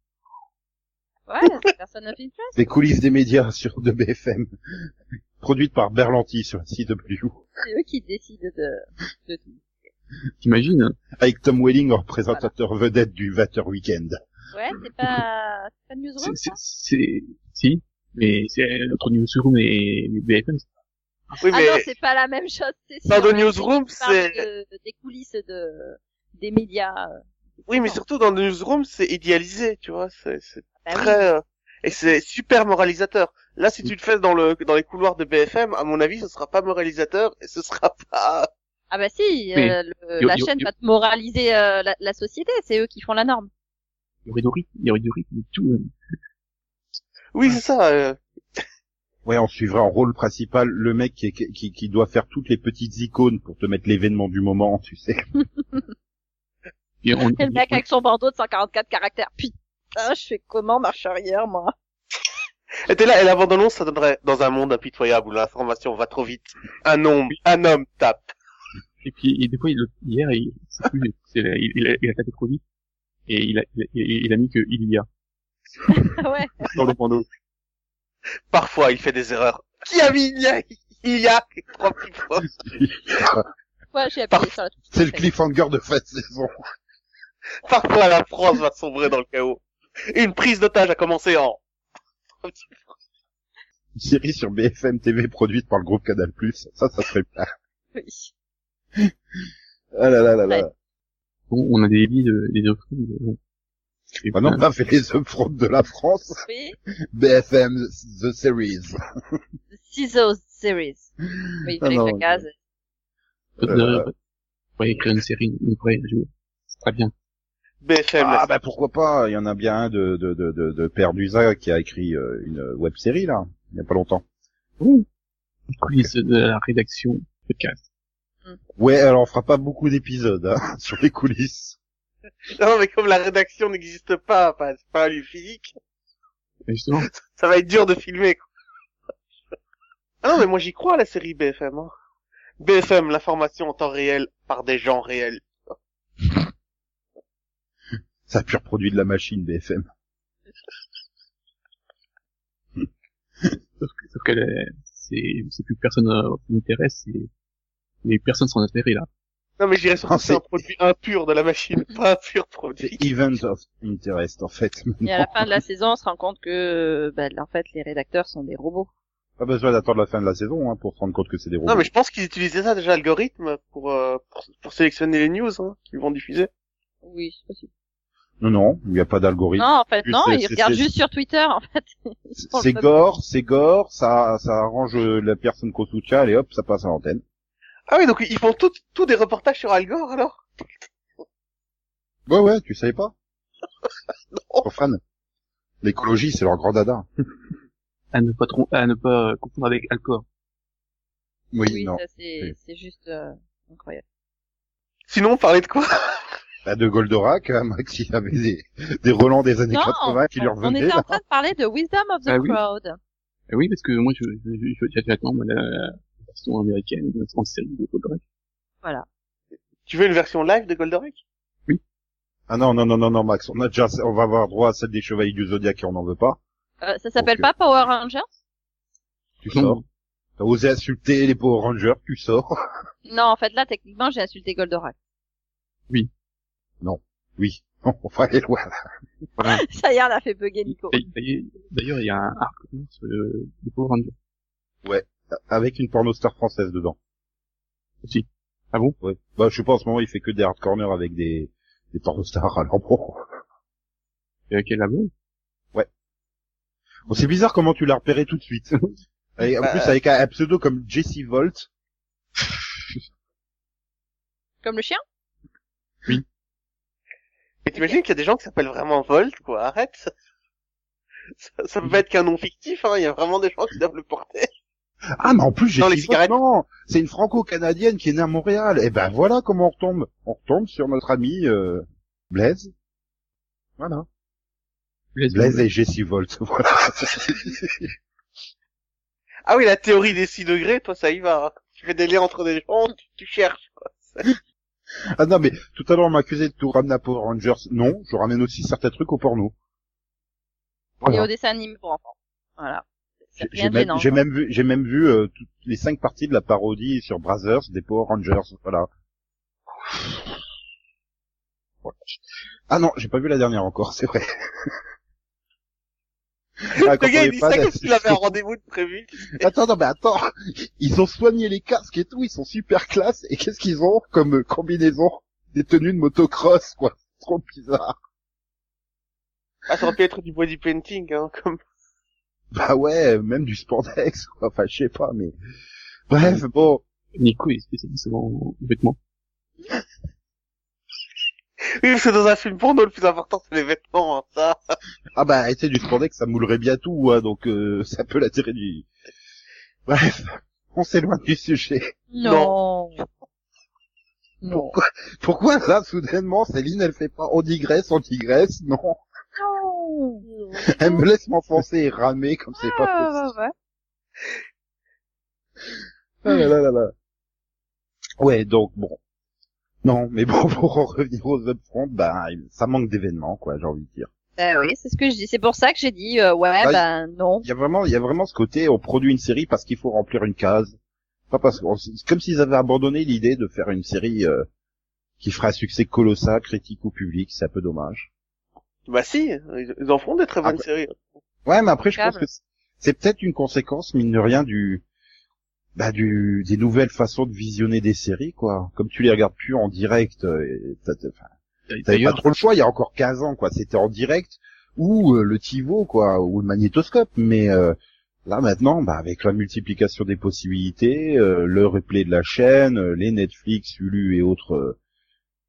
E: Ouais, c'est personne of interest.
A: Les coulisses des médias sur de BFM. Produite par Berlanti sur la CW.
E: C'est eux qui décident de, de tout.
D: T'imagines, hein
A: Avec Tom Welling en présentateur vedette du 20h Weekend.
E: Ouais, c'est pas, c'est pas
D: C'est,
E: Newsroom,
D: c'est,
E: ça
D: c'est- si, mais c'est euh, notre newsroom et et BFM.
B: Oui,
E: Ah
B: mais
E: non, c'est pas la même chose, c'est sûr.
B: Dans le newsroom,
E: Ils parlent
B: c'est-
E: de- des coulisses de, des médias. euh,
B: oui, mais
E: non.
B: surtout dans le newsroom, c'est idéalisé, tu vois. C'est c'est
E: Bah oui.
B: très euh, et c'est super moralisateur. Là, si tu le fais dans le dans les couloirs de BFM, à mon avis, ce sera pas moralisateur et ce sera pas.
E: Ah bah si,
D: Mais-
E: euh, le-
D: Yo-
E: la
D: yo-
E: chaîne
D: yo-
E: va te moraliser euh, la, la société, c'est eux qui font la norme.
D: Il y aurait du rythme, il y aurait du rythme et tout. hein.
B: Oui, c'est ça. euh.
A: Ouais, on suivrait en rôle principal le mec qui, est- qui, qui doit faire toutes les petites icônes pour te mettre l'événement du moment, tu sais.
D: Et on,
E: Et le mec
D: on-
E: avec son bandeau de 144 caractères. Putain, je fais comment marche arrière, moi
B: Et t'es là, et la bande-annonce, ça donnerait dans un monde impitoyable où l'information va trop vite. Un homme, un homme tape.
D: Et puis, et des fois, il, hier, il, c'est plus, c'est la- il, il a, il a tapé trop vite. Et il a, il a, il a mis que il y a
E: Ah ouais.
D: dans le bandeau.
B: Parfois, il fait des erreurs. Qui a mis il y a, il y a trois petits points.
E: Ouais, j'ai appuyé sur la touche.
A: C'est le cliffhanger de fin de saison.
B: Parfois, la France va sombrer dans le chaos. Une prise d'otage a commencé en.
A: Une série sur BFM TV produite par le groupe Canal+. Ça, ça serait bien.
E: Oui.
A: Ah là là là là.
D: Bon, on a des lits de, des offres. mais bon. Et
A: Maintenant,
D: voilà.
A: on a fait les upfronts de la France.
E: Oui.
A: BFM The Series.
E: The Scissors Series. Oui, il
A: Ah
E: fallait que
A: non,
E: je case.
A: euh,
D: on pourrait écrire une série, une vraie, un jour. C'est très bien.
B: BFM.
A: Ah bah pourquoi pas, il y en a bien un de, de, de, de, de Perdusa qui a écrit euh, une web-série là, il n'y a pas longtemps.
D: Les coulisses de la rédaction podcast.
A: Ouais, alors on fera pas beaucoup d'épisodes hein, sur les coulisses.
B: Non, mais comme la rédaction n'existe pas, pas, c'est pas un lieu physique,
D: Et justement,
B: ça va être dur de filmer, quoi. Ah non, mais moi j'y crois à la série BFM, hein. BFM, l'information en temps réel par des gens réels.
A: Ça a pur produit de la machine BFM.
D: sauf que, sauf que la- c'est, c'est plus personne euh, qui m'intéresse, c'est, les personnes sans intérêt, là.
B: Non, mais j'irais surtout
A: Ah,
B: que c'est un
A: c'est-
B: produit impur de la machine, pas un pur produit.
A: C'est Event of Interest en fait.
E: Et à la fin de la saison, on se rend compte que, bah, en fait, les rédacteurs sont des robots.
A: Pas besoin d'attendre la fin de la saison hein, pour se rendre compte que c'est des robots.
B: Non, mais je pense qu'ils utilisaient ça déjà, l'algorithme, pour, euh, pour, pour sélectionner les news hein, qu'ils vont diffuser.
E: Oui, c'est possible.
A: Non, non, il n'y a pas d'algorithme.
E: Non, en fait,
A: Puis
E: non,
A: c'est-
E: ils
A: c'est-
E: regardent
A: c'est-
E: juste sur Twitter, en fait. Ils font le
A: C'est
E: pub.
A: gore, c'est gore, ça, ça arrange euh, la personne qu'on soutient, et hop, ça passe à l'antenne.
B: Ah oui, donc ils font tout, tout des reportages sur Al Gore, alors
A: Ouais, ouais, tu savais pas Trop fan. L'écologie, c'est leur grand dada.
D: À ne pas trom- à ne pas euh, confondre avec Alcor.
A: Oui,
E: Oui,
A: non.
E: ça, c'est,
A: Oui.
E: c'est juste, euh, incroyable.
B: Sinon, parler de quoi
A: bah, de Goldorak, hein, Max, il avait des, des Roland des années
E: Non,
A: 80 qui lui
E: on
A: revenaient.
E: était en
A: là.
E: train de parler de Wisdom of the
D: Ah oui.
E: Crowd.
D: Eh oui, parce que moi, je, je, je, je- j'attends moi, la, la version américaine, la version série de Goldorak.
B: Tu veux une version live de Goldorak
A: Ah non, non, non, non, non, Max, on a déjà, on va avoir droit à celle des Chevaliers du Zodiac et on n'en veut pas.
E: Euh, ça s'appelle
A: Ok.
E: pas Power Rangers
A: Tu
D: Non.
A: sors. T'as osé insulter les Power Rangers, tu sors.
E: Non, en fait, là, techniquement, j'ai insulté Goldorak.
A: Oui. On va aller loin.
E: Ça y est, on a fait bugger Nico.
D: D'ailleurs- D'ailleurs, il y a un arc sur le, le Power Ranger.
A: Avec une pornostar française dedans.
D: Si. Ah bon
A: Ouais. Bah, je sais pas, en ce moment, il fait que des hard corners avec des, des pornostars, alors bon.
D: Et quel label
A: Bon, c'est bizarre comment tu l'as repéré tout de suite. Et en
B: Bah,
A: plus, avec un, un pseudo comme Jesse Volt.
E: Comme le chien
B: Et t'imagines qu'il y a des gens qui s'appellent vraiment Volt, quoi, arrête ça, ça peut être qu'un nom fictif, hein. il y a vraiment des gens qui doivent le porter.
A: Ah, mais en plus, Jessie
B: Dans les
A: Volt,
B: cigarettes.
A: non! C'est une franco-canadienne qui est née à Montréal. Et ben, voilà comment on retombe. On retombe sur notre ami, euh, Blaise. Voilà. Blaise et Jessie Volt. Voilà.
B: Ah oui, la théorie des 6 degrés, toi ça y va. hein. Tu fais des liens entre des gens, tu, tu cherches. Quoi. C'est-
A: Ah non, mais tout à l'heure, on m'a accusé de tout ramener à Power Rangers. Non, je ramène aussi certains trucs au porno.
E: Et
A: Voilà.
E: au dessin animé pour enfants. Voilà. C'est
A: Oh J'ai- J'ai
E: rien de
A: même,
E: gênant,
A: j'ai
E: quoi.
A: même vu, j'ai même vu euh, toutes les cinq parties de la parodie sur Brothers des Power Rangers. Voilà. Voilà. Ah non, j'ai pas vu la dernière encore, c'est vrai. Ah, quand
B: Le gars
A: on
B: il
A: est
B: dit
A: fan,
B: ça comme s'il avait un
A: c'est-
B: rendez-vous de prévu.
A: Attends, non, mais attends. Ils ont soigné les casques et tout, ils sont super classe. Et qu'est-ce qu'ils ont comme euh, combinaison Des tenues de motocross, quoi. C'est Trop bizarre.
B: Ah, ça aurait pu être du body painting, hein, comme...
A: Bah ouais, même du spandex, quoi. Enfin, je sais pas, mais... Bref, bon.
D: Nico est spécialiste en vêtements.
B: Oui, parce que dans un film porno, le plus important c'est les vêtements, hein, ça.
A: Ah bah, tu sais, du spandex, ça moulerait bien tout, hein, donc euh, ça peut l'attirer du... Bref, on s'éloigne du sujet.
E: Non. Non.
A: Pourquoi là, soudainement, Céline, elle fait pas on digresse, on digresse Non,
E: Non.
C: Non.
A: elle me laisse m'enfoncer et ramer comme c'est pas possible.
E: Ah, ouais, ouais.
A: Ah là là là là. Ouais, donc bon. Non, mais bon, pour en revenir aux upfront, bah, ça manque d'événements, quoi, j'ai envie de dire.
E: Euh, oui, c'est ce que je dis. C'est pour ça que j'ai dit, euh, ouais,
A: Ah,
E: ben non.
A: Il y a vraiment, il y a vraiment ce côté, on produit une série parce qu'il faut remplir une case. Pas parce qu'on- c'est comme s'ils avaient abandonné l'idée de faire une série euh, qui ferait un succès colossal, critique ou public, c'est un peu dommage.
B: Bah si, ils ils en font des très bonnes
A: Après-
B: séries.
A: Ouais, mais après, je pense
E: Câble.
A: que c'est- c'est peut-être une conséquence, mine de rien, du, bah, du, des nouvelles façons de visionner des séries, quoi. Comme tu les regardes plus en direct, euh, et t'as- t'as- T'avais pas
D: D'ailleurs,
A: trop le choix il y a encore 15 ans quoi, c'était en direct ou euh, le TiVo quoi ou le magnétoscope mais euh, là maintenant bah avec la multiplication des possibilités, euh, le replay de la chaîne, euh, les Netflix, Hulu et autres euh,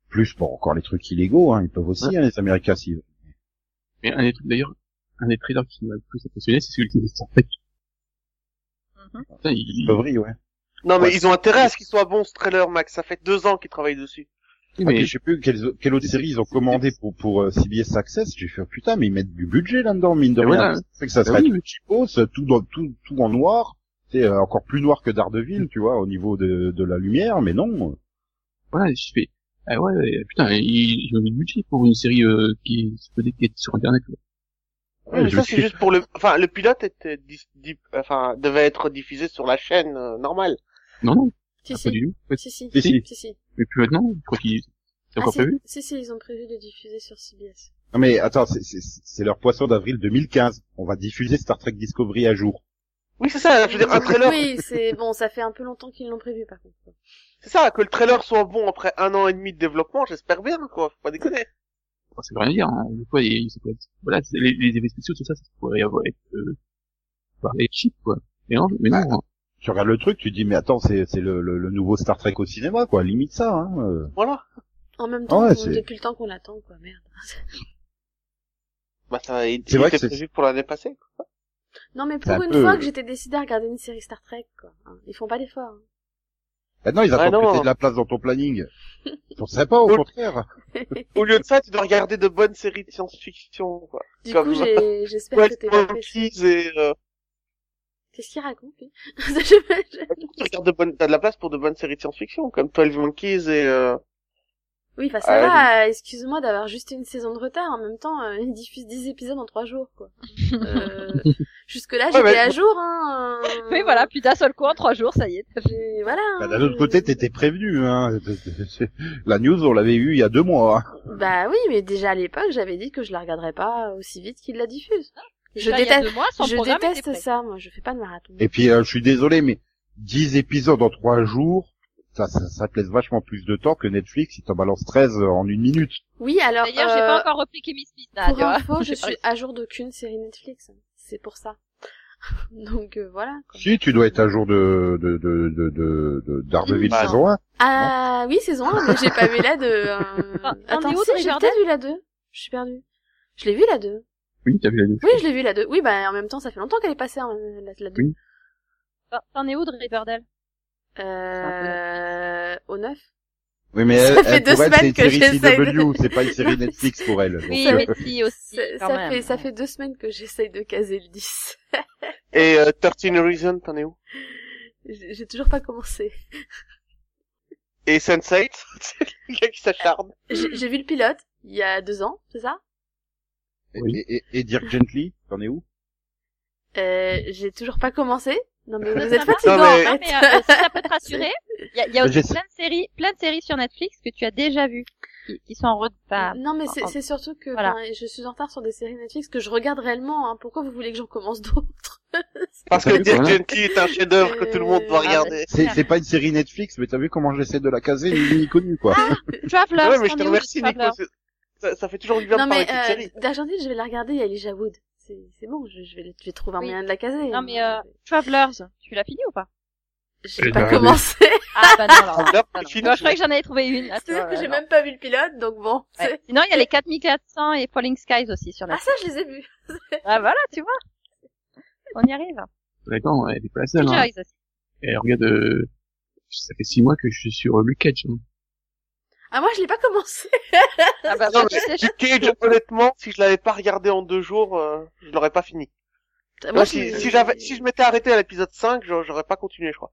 A: plus bon encore les trucs illégaux hein, ils peuvent aussi hein, les américains s'ils veulent.
D: mais un des trucs d'ailleurs, un des trailers qui m'a le plus impressionné, c'est celui qui est en fait.
E: Mhm.
D: Putain, il,
A: Ils
D: il-
A: peuvent rire, ouais.
B: Non mais
A: Ouais.
B: ils ont intérêt à ce qu'il soit bon ce trailer, Max. Ça fait deux ans qu'ils travaillent dessus.
D: oui,
A: Ah,
D: mais
A: puis je sais plus quelles o- quelle autre série ils ont commandé pour pour euh, CBS Access, j'ai fait putain mais ils mettent du budget là-dedans mine de
D: Et
A: rien.
D: voilà.
A: C'est que ça
D: Bah
A: serait
D: oui,
A: tout
D: mais-
A: cheapos, Oh, tout dans- tout tout en noir, c'est euh, encore plus noir que Daredevil, tu vois au niveau de de la lumière mais non.
D: voilà, je fais, ah ouais, ouais, putain, ils ils ont mis du budget pour une série euh, qui se peut qui est sur internet. quoi.
B: Ouais, mais
A: je
B: ça
A: le
B: c'est
A: sais.
B: juste pour le, enfin le pilote était dis- di- enfin devait être diffusé sur la chaîne euh, normale.
D: Non, non,
C: Si,
D: Ah, pas du
C: si.
D: tout. Ouais,
C: Si, si.
A: Si, si.
C: Si, si.
D: Mais plus maintenant, je crois qu'ils, c'est
C: Ah,
D: encore
C: si.
D: prévu.
C: Si, si, ils ont prévu de diffuser sur CBS.
A: Non mais attends, c'est- c'est c'est leur poisson d'avril 2015. On va diffuser Star Trek Discovery à jour.
B: Oui c'est ça. Je veux dire un trailer.
C: Oui, c'est bon, ça fait un peu longtemps qu'ils l'ont prévu par contre.
B: C'est ça que le trailer soit bon après un an et demi de développement. J'espère bien quoi. Faut pas déconner.
D: Enfin, ça veut rien dire, hein. Des fois, ils, ils- ils- voilà, c'est- les, les effets spéciaux, tout ça, ça pourrait avoir être, euh, bah, être cheap, quoi. Mais non, mais non, hein.
A: Tu regardes le truc, tu te dis mais attends, c'est c'est le, le- le nouveau Star Trek au cinéma quoi. Limite ça. Hein. euh.
B: Voilà.
C: En même temps,
A: Ah ouais,
C: qu'on-
A: c'est-
C: depuis le temps qu'on l'attend, quoi, merde.
B: Bah ça il,
A: C'est
B: il
A: vrai
B: était
A: que c'est-
B: prévu pour l'année passée.
C: Non, mais
A: C'est
C: pour
A: un
C: une
A: peu-
C: fois que j'étais décidée à regarder une série Star Trek, quoi. hein, Ils font pas d'efforts. hein.
A: Ben non, ils
B: Ah
A: attendent
B: non.
A: que t'aies de la place dans ton planning. Ils sont sympas, au
B: Cool.
A: contraire.
B: Au lieu de ça, tu dois regarder de bonnes séries de science-fiction, quoi.
C: Du
B: Comme-
C: coup, j'ai- j'espère
B: Ouais,
C: que t'es pas fait.
B: et, euh,
C: Qu'est-ce qu'il raconte, lui Je- je-
B: Bah, tu regardes de bonnes, t'as de la place pour de bonnes séries de science-fiction, comme 12 Monkeys et, euh,
C: Oui, enfin,
B: Ah,
C: ça va, euh, excuse-moi d'avoir juste une saison de retard. En même temps, euh, ils diffusent 10 épisodes en 3 jours, quoi. Euh, Jusque-là, j'étais
B: mais-
C: à jour, hein. euh,
E: Oui, voilà, puis d'un seul coup, en trois jours, ça y est. t'as fait.
C: j'ai- Voilà.
A: Bah,
C: hein,
A: d'un autre
C: je-
A: côté, t'étais prévenu. Hein. La news, on l'avait eu il y a deux mois. hein.
C: Bah oui, mais déjà à l'époque, j'avais dit que je la regarderais pas aussi vite qu'ils la diffusent. Je
E: Là, il y a
C: déteste,
E: deux mois, son
C: je
E: programme était
C: déteste
E: prêt.
C: ça, moi. Je fais pas de marathon.
A: Et puis, euh, je suis désolé, mais 10 épisodes en trois jours, ça, ça, ça te laisse vachement plus de temps que Netflix, il t'en balance 13 en une minute.
C: Oui, alors.
E: D'ailleurs, j'ai pas
C: euh,
E: encore repliqué Miss Smith, là,
C: Pour
E: Ah, tu vois.
C: info, je
E: J'ai pas
C: suis à jour d'aucune série Netflix. C'est pour ça. Donc euh, voilà. quoi.
A: Si, tu dois être à jour de, de, de, de, de, de d'Ardeville
B: Bah,
A: saison 1.
C: Ah oui, saison 1, mais j'ai pas vu la 2. euh,
E: Ah, on
C: Attends,
E: est où,
C: si,
E: dans
C: j'ai
E: Riverdale
C: peut-être vu la 2. Je suis perdue. Je l'ai vu la 2.
D: Oui, t'as vu la deux.
C: Oui, je l'ai vu la 2. Oui, bah en même temps, ça fait longtemps qu'elle est passée hein, la, la 2.
D: Oui.
E: T'en- T'en es où de Riverdale
C: Euh... Au 9
A: Oui, mais
C: Ça
A: elle,
C: fait
A: elle,
C: deux
A: pour elle, c'est
C: semaines
A: une
C: que
A: série
C: j'essaye de-
A: CW, c'est pas une série Netflix pour elle. Donc,
E: Oui,
A: euh,
E: mais si, aussi,
C: Ça,
E: quand
C: ça
E: même. hein.
C: fait, ça fait deux semaines que j'essaye de caser le 10.
B: et euh, 13 Reasons, t'en es où?
C: J'ai j'ai toujours pas commencé.
B: Et Sense8, c'est le gars qui s'acharne.
C: J'ai j'ai vu le pilote il y a deux ans, c'est ça
D: Oui.
A: et, et, et Dirk Gently, t'en es où
C: euh, J'ai toujours pas commencé. Non mais vous
E: Ça
C: êtes
E: va
C: fatigants
B: Non, mais-
E: Non,
C: en
E: mais, euh,
C: fait.
E: si ça peut te rassurer, il y a, il y a
A: J'ai-
E: aussi plein de séries, plein de séries sur Netflix que tu as déjà vues, qui, qui sont en re- enfin,
C: Non mais c'est
E: en-
C: c'est surtout que
E: Voilà.
C: enfin, je suis en retard sur des séries Netflix que je regarde réellement. Hein. Pourquoi vous voulez que j'en commence d'autres
B: Parce
D: T'as
B: que
D: vu, hein?
B: Dirk
D: voilà.
B: Gently est un chef-d'œuvre que tout le monde doit
C: Euh,
B: regarder.
A: c'est, c'est pas une série Netflix, mais t'as vu comment j'essaie de la caser, ni ni connue, quoi.
C: Ah.
E: Travelers.
B: ouais, mais je
E: t'en
B: te
E: es où de
B: remercie, Nico.
E: Travelers
B: c'est- Ça, ça fait toujours du bien
C: Non
B: de parler
C: mais
B: de cette série.
C: euh, d'Argentine, je vais la regarder. Il y a Elijah Wood. C'est c'est bon, je, je vais je vais trouver un
E: Oui.
C: moyen de la caser.
E: Non, mais,
C: hein.
E: euh, Travelers, tu l'as fini ou pas
C: j'ai
D: Elle
C: pas
D: l'a regardé.
C: commencé.
E: Ah bah non, alors.
B: Travelers,
E: non, non.
B: tu finis,
E: Moi, je
B: tu vois.
E: croyais que j'en avais trouvé une. là, tu
C: C'est-à-dire
E: vois,
C: que j'ai
E: euh,
C: même pas vu le pilote, donc bon.
E: ouais.
C: c'est-
E: Sinon, il y a les 4400 et Falling Skies aussi sur
C: Ah
E: Netflix.
C: ça, je les ai vus.
E: Ah voilà, tu vois. On y arrive.
D: Attends, elle est pas la seule.
E: Big
D: Hein.
E: Eyes aussi.
D: Et regarde, euh, ça fait six mois que je suis sur euh, Luke Cage. hein.
C: Ah moi, je l'ai pas commencé.
E: Ah bah,
B: Non,
E: bah, tu sais, je-
B: Nick Cage, honnêtement, si je l'avais pas regardé en deux jours, euh, je l'aurais pas fini.
C: Moi,
B: si,
C: je-
B: si j'avais, si je m'étais arrêté à l'épisode 5, j'aurais j'aurais pas continué, je crois.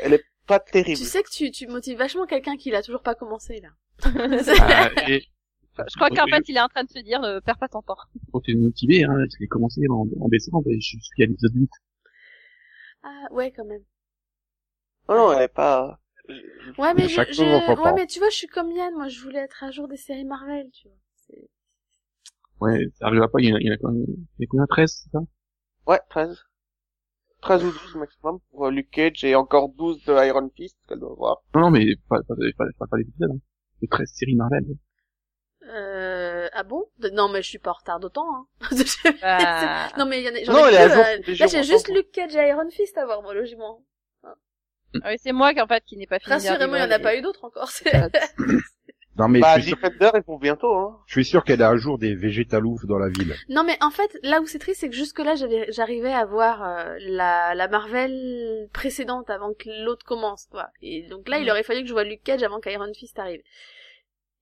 B: Elle est pas terrible.
C: Tu sais que tu, tu motives vachement quelqu'un qui l'a toujours pas commencé, là.
D: Ah, et-
E: je crois qu'en fait, il est en train de se dire, ne perds pas ton temps.
D: Pour te motiver, hein, je l'ai commencé en, en décembre et je suis à l'épisode 8.
C: ah, ouais, quand même.
B: Non, Oh non, elle est pas...
C: Ouais, mais,
A: À chaque
C: je,
A: fois, on
C: je-
A: comprend.
C: ouais, mais tu vois, je suis comme Yann, moi, je voulais être à jour des séries Marvel, tu vois. C'est-
D: Ouais, ça arrivera pas, il y en a, il y en a quand même, il y en a combien 13, c'est ça?
B: Ouais, 13. 13 ou 12 maximum pour euh, Luke Cage et encore 12 de Iron Fist qu'elle doit voir.
D: Non, non, mais pas, pas, pas, pas, pas l'épisode, hein. Les 13 séries Marvel.
C: Euh, ah bon? De- Non, mais je suis pas en retard d'autant, hein.
E: Bah,
C: non, mais il y en a, j'en
B: Non,
C: ai
B: elle est à
C: plus,
B: jour
C: euh,
B: tous les
C: Là,
B: jours,
C: j'ai
B: attends.
C: juste Luke Cage et Iron Fist à voir, moi, logiquement.
E: oui, c'est moi qui, en fait, qui n'ai pas fini.
C: Rassurez-moi, il y en a pas eu d'autres encore. c'est-
A: Non, mais
B: bah,
A: je, suis sûr,
B: Defender est pour bientôt, hein.
A: je suis sûr qu'elle a un jour des végétaloufs dans la ville.
C: Non mais en fait, là où c'est triste, c'est que jusque-là, j'avais- j'arrivais à voir euh, la, la Marvel précédente avant que l'autre commence, quoi. Et donc là,
E: Mhm.
C: il aurait fallu que je voie Luke Cage avant qu'Iron Fist arrive.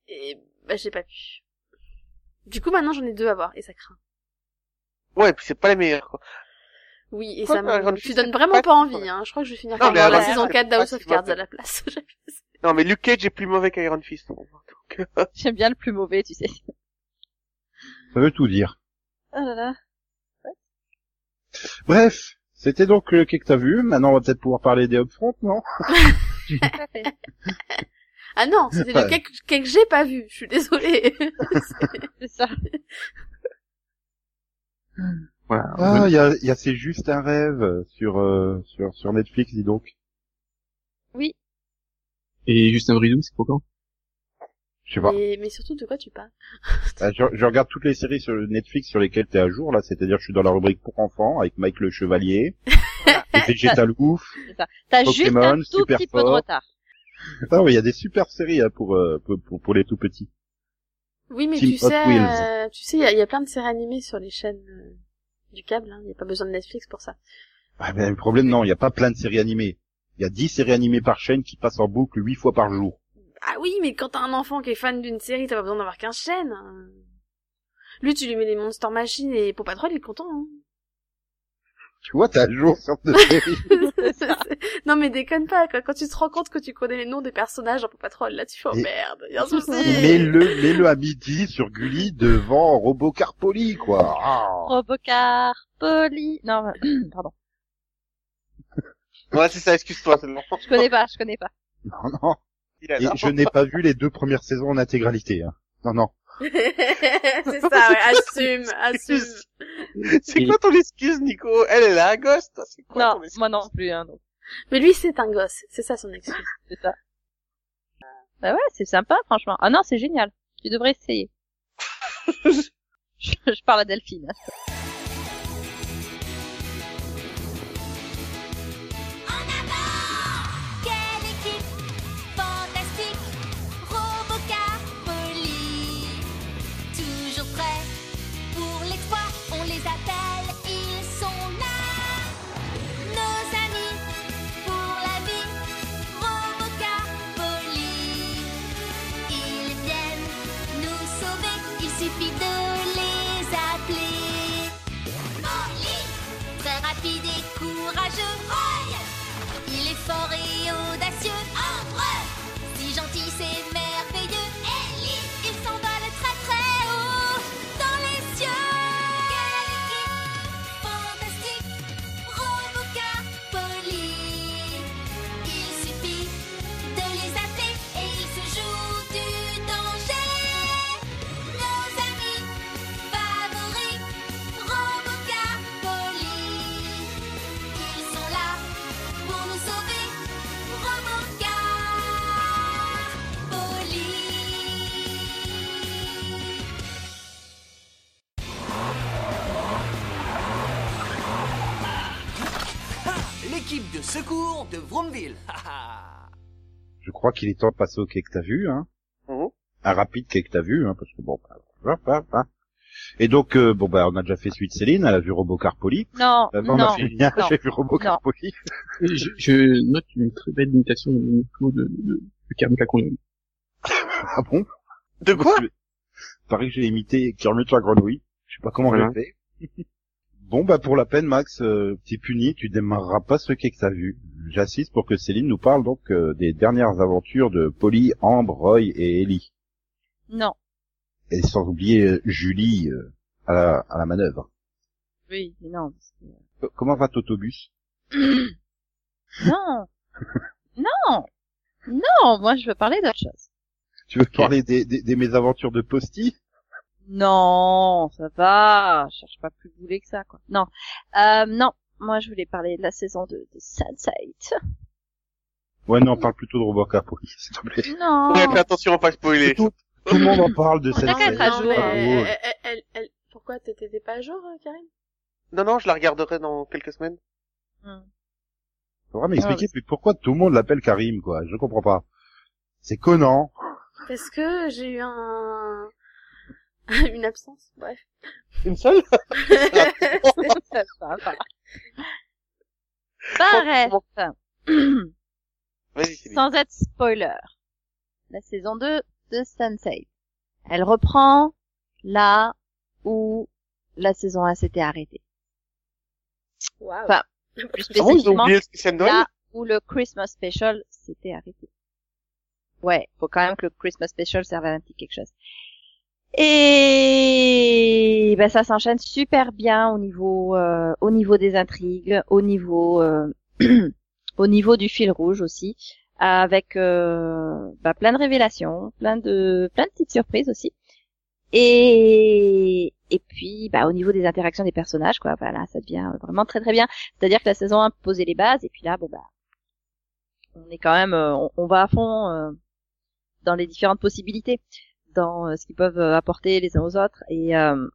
C: Et bah, j'ai pas pu. Du coup, maintenant, j'en ai deux à voir, et ça craint.
B: Ouais, et puis c'est pas les meilleurs, quoi.
C: Oui, et
B: Quoi
C: ça
B: que
C: me...
B: Iron
C: Tu
B: Fist,
C: donnes
B: c'est
C: vraiment
B: pas
C: pas
B: si
C: envie,
B: mauvais.
C: hein. Je crois que je vais finir
B: Non,
C: par
B: mais
C: voir la
E: Iron Fist,
C: saison
B: c'est
C: 4
B: pas
C: d'House
B: si
C: of Cards
B: mauvais.
C: à la place.
B: Non, mais Luke Cage est plus mauvais qu'Iron Fist. Donc, euh,
E: J'aime bien le plus mauvais, tu sais.
A: Ça veut tout dire.
C: Oh
E: Ah là là.
A: Bref, c'était donc le quai que t'as vu. Maintenant, on va peut-être pouvoir parler des upfront, non
C: ah non, c'était le cake cake que j'ai pas vu, je suis désolée.
E: C'est ça.
D: Voilà.
A: Ah, il y a, il y a C'est juste un rêve sur, euh, sur, sur Netflix, dis donc.
D: Et Justin Bridou, c'est pour quand?
A: Je sais pas.
C: mais, mais surtout, de quoi tu parles
A: Ah, Je, je regarde toutes les séries sur Netflix sur lesquelles t'es à jour, là. C'est-à-dire, je suis dans la rubrique pour enfants avec Mike le Chevalier, les Végétal Ouf.
E: T'as
A: Pokémon,
E: juste un tout
A: super
E: petit peu de
A: fort.
E: retard.
A: Non, mais Ah il y a des super séries hein, pour, euh, pour, pour, pour les tout petits.
C: Oui, mais
A: Team
C: tu
A: Hot
C: sais,
A: Wheels.
C: euh, tu sais, il y, a- il y a plein de séries animées sur les chaînes euh, du câble. Il hein. n'y a pas besoin de Netflix pour ça.
A: Ah ben, le problème, non, il n'y a pas plein de séries animées. Il y a 10 séries animées par chaîne qui passent en boucle 8 fois par jour.
C: Ah oui, mais quand t'as un enfant qui est fan d'une série, t'as pas besoin d'avoir qu'un chaîne. hein. Lui, tu lui mets les Monster Machines et Paw Patrol, il est content. hein.
A: Tu vois, t'as un jour sur de séries.
C: non mais déconne pas, quoi. quand tu te rends compte que tu connais les noms des personnages dans Paw Patrol, là tu fais oh
A: Et-
C: merde, y a un souci.
A: Mets-le, mets-le à midi sur Gulli devant Robocar Poli, quoi. Ah.
E: Robocar, Oh, Poli. Non, pardon.
B: Ouais, c'est ça, excuse-toi, c'est bon.
E: Je connais pas, je connais pas.
A: Non, non.
B: Il a
A: Et
B: l'air.
A: je n'ai pas vu les deux premières saisons en intégralité. hein. Non, non.
C: C'est ça, ouais, assume, assume.
B: C'est quoi ton excuse, Nico Elle, elle a un gosse, toi, c'est quoi
E: Non,
B: ton excuse
E: moi non plus, hein, donc,
C: Mais lui c'est un gosse, c'est ça son excuse.
E: c'est ça. Bah ouais, c'est sympa, franchement. Ah non, c'est génial. Tu devrais essayer. je, je parle à Delphine.
F: Quelle équipe fantastique Robocar Poli Toujours prêts pour l'exploit On les appelle, ils sont là Nos amis pour la vie Robocar Poli Ils viennent nous sauver Il suffit de les appeler Poli Très rapide et courageux il est fort et audacieux, ombreux, si gentil, c'est merveilleux. Ellie, il s'envole très très haut dans les cieux. Quelle équipe fantastique, Robocar poli. Il suffit de les appeler et ils se jouent du danger. Nos amis favoris, Robocar poli. Ils sont là pour nous sauver. Robocar Poli.
G: L'équipe de secours de Vroomville. Ha, ha.
A: Je crois qu'il est temps de passer au quai que t'as vu, hein.
B: Mhm.
A: Un rapide quai que t'as vu, hein, parce que bon, bah, bah, bah, bah. Et donc, euh, bon, bah, on a déjà fait celui de Céline, elle a vu Robocar Poli.
E: Non,
A: Avant, on
E: non.
A: a fait bien,
E: non.
A: j'ai vu Robocar Poli.
D: Et Je, je note une très belle imitation de Nico de, de, de Kermit la Grenouille.
A: Ah bon?
B: De quoi
A: Pareil que j'ai imité Kermit la grenouille. Je sais pas comment
D: Voilà.
A: je l'ai fait. Bon, bah, pour la peine, Max, euh, t'es puni, tu démarreras pas ce quai que t'as vu. J'assiste pour que Céline nous parle donc euh, des dernières aventures de Polly, Ambre, Roy et Ellie.
E: Non.
A: et sans oublier euh, Julie euh, à la, à la manœuvre.
E: Oui, mais non.
A: Euh, Comment va l'autobus
E: Non. non. Non, moi je veux parler d'autre chose.
A: Tu veux parler des, des, des mésaventures de Posty
E: Non, ça va. Je cherche pas plus boulet que ça, quoi. Non. Euh, non. Moi, je voulais parler de la saison 2 de Sunset.
A: Ouais, non, parle plutôt de Robocar, Polly, s'il te plaît.
E: Non.
B: Ouais, fais attention, pas spoiler.
A: Tout, tout le monde en parle de
E: On a
A: cette
E: qu'à être à
A: série.
C: Non,
E: jour.
C: mais,
A: Ah,
C: euh,
A: ouais.
C: elle, elle, elle- pourquoi t'étais pas à jour, euh, Karine
B: Non, non, je la regarderai dans quelques semaines.
E: Hum,
C: Ah,
A: Faudra m'expliquer mais pourquoi tout le monde l'appelle Karim, quoi. Je comprends pas. C'est Conan.
C: Parce que j'ai eu un... une absence, bref.
B: Une seule
E: Ça va, ça va. Bref.
B: Vas-y, Céline.
E: Sans être spoiler. La saison 2 de Sunset. Elle reprend là où la saison 1 s'était arrêtée.
C: Waouh.
E: Enfin, Plus
B: Ah bon, ils ont
E: spécifiquement,
B: oublié le spécial Noël
E: là où le Christmas Special s'était arrêté. Ouais, faut quand même que le Christmas Special serve à un petit quelque chose. Et ben ça s'enchaîne super bien au niveau euh, au niveau des intrigues, au niveau euh, au niveau du fil rouge aussi, avec euh, bah, plein de révélations, plein de plein de petites surprises aussi. Et et puis bah au niveau des interactions des personnages quoi, voilà, ça devient vraiment très très bien. C'est-à-dire que la saison 1 posait les bases et puis là, bon bah, on est quand même, euh, on, on va à fond euh, dans les différentes possibilités, dans euh, ce qu'ils peuvent euh, apporter les uns aux autres et euh,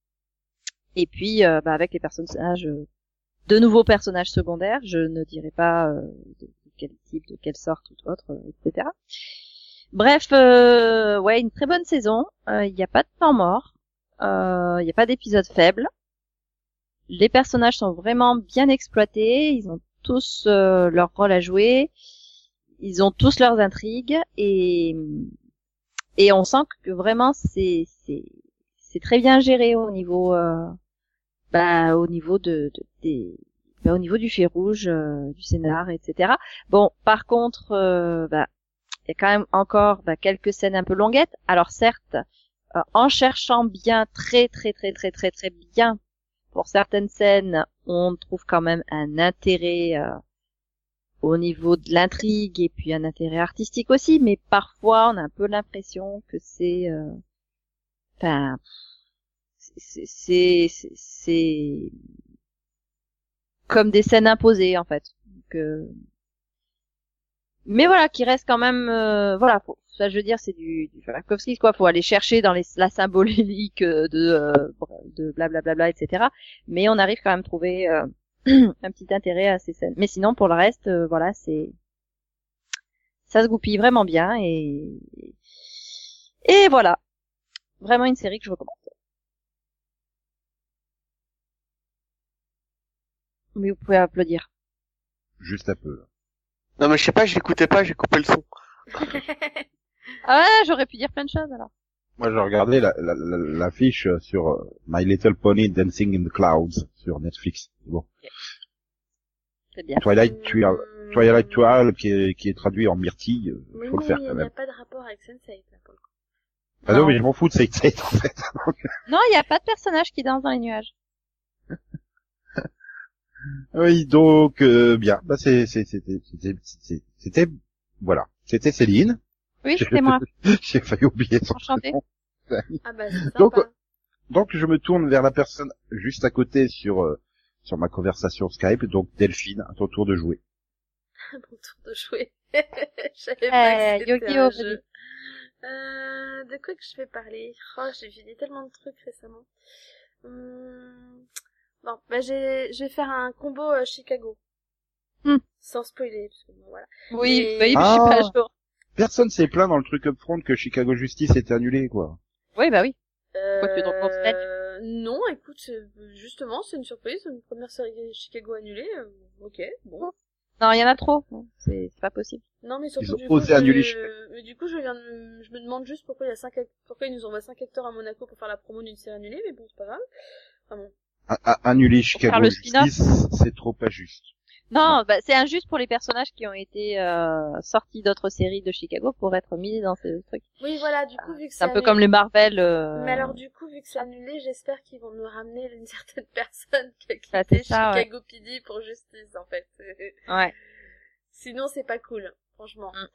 E: et puis euh, bah, avec les personnages, euh, de nouveaux personnages secondaires, je ne dirai pas euh, de de quel type, de quelle sorte ou autre, euh, etc. Bref, euh, ouais, une très bonne saison. Euh, Il n'y a pas de temps mort. Euh, Il n'y a pas d'épisode faible les personnages sont vraiment bien exploités, ils ont tous euh, leur rôle à jouer, ils ont tous leurs intrigues et et on sent que vraiment c'est c'est c'est très bien géré au niveau euh, bah au niveau de, de- des bah, au niveau du fil rouge euh, du scénar etc. Bon par contre euh, bah il y a quand même encore bah, quelques scènes un peu longuettes. Alors certes, euh, en cherchant bien, très très très très très très bien, pour certaines scènes, on trouve quand même un intérêt euh, au niveau de l'intrigue et puis un intérêt artistique aussi, mais parfois on a un peu l'impression que c'est, euh, enfin, c'est c'est c'est- c'est comme des scènes imposées en fait. Donc, euh, mais voilà, qui reste quand même, euh, voilà, faut- ça je veux dire, c'est du, du Tarkovsky, quoi. Faut aller chercher dans les, la symbolique euh, de euh, de blablabla, etc. Mais on arrive quand même à trouver euh, un petit intérêt à ces scènes. Mais sinon, pour le reste, euh, voilà, c'est ça se goupille vraiment bien et et voilà, vraiment une série que je recommande. Mais vous pouvez applaudir.
A: Juste un peu.
B: Non mais je sais pas, je l'écoutais pas, j'ai coupé le son.
E: Ah, j'aurais pu dire plein de choses alors.
A: Moi, j'ai regardé la- la- la- l'affiche la, sur euh, My Little Pony Dancing in the Clouds sur Netflix. Bon.
E: C'est bien.
A: Twilight, tu as... Twilight Toile qui est, qui est traduit en myrtille, euh,
C: Oui,
A: faut le
C: mais
A: faire
C: il
A: quand
C: n'y a
A: même.
C: pas de rapport avec Sense8, là, pour le coup.
A: Ah non,
E: Non.
A: mais je m'en fous de cette tête, en fait.
E: Non, il n'y a pas de personnage qui danse dans les nuages.
A: Oui, donc, euh, bien. Bah, c'est, c'est, c'était, c'était, c'était- c'était, voilà. C'était Céline.
E: Oui, c'était moi.
A: J'ai failli oublier son
E: Enchantée.
A: nom.
C: Ah bah, c'est
A: Donc,
C: sympa.
A: Donc, je me tourne vers la personne juste à côté sur, euh, sur ma conversation Skype. Donc, Delphine, à ton tour de jouer.
C: Un bon tour de jouer. Je savais pas
E: Eh,
C: que c'était
E: Yogi
C: un
E: Obadi.
C: jeu. Euh, de quoi que je vais parler Oh, j'ai vu tellement de trucs récemment. Hum, Bon, bah j'ai, je vais faire un combo euh, Chicago.
E: Hmm.
C: Sans spoiler, parce que bon, voilà.
E: Oui,
C: Et-
E: oui, mais je
A: Ah.
E: suis pas à jour.
A: Personne s'est plaint dans le truc upfront que Chicago Justice était annulé, quoi.
E: Oui, bah oui.
C: Euh,
E: Quoique dans le contexte.
C: non, écoute, euh, justement, c'est une surprise, une première série Chicago annulée. euh, ok, bon.
E: Non, il y en a trop. C'est c'est pas possible.
C: Non, mais surtout,
A: ont
C: du coup,
A: osé annuler
C: je... mais du coup, je, viens de- je me demande juste pourquoi il y a cinq, act- pourquoi ils nous envoient 5 acteurs à Monaco pour faire la promo d'une série annulée, mais bon, c'est pas grave.
A: A- a- Annuler
E: faire
A: Chicago
E: le spin-off.
A: Justice, c'est trop pas juste.
E: Non, bah, c'est injuste pour les personnages qui ont été euh, sortis d'autres séries de Chicago pour être mis dans ce truc.
C: Oui, voilà, du coup, vu que
E: Ah, C'est un peu comme les Marvel. euh,
C: Mais alors, du coup, vu que c'est annulé, j'espère qu'ils vont nous ramener une certaine personne qui a quitté
E: Ah, c'est ça,
C: Chicago PD pour justice, en fait.
E: Ouais.
C: Sinon, c'est pas cool, franchement.
E: Mm.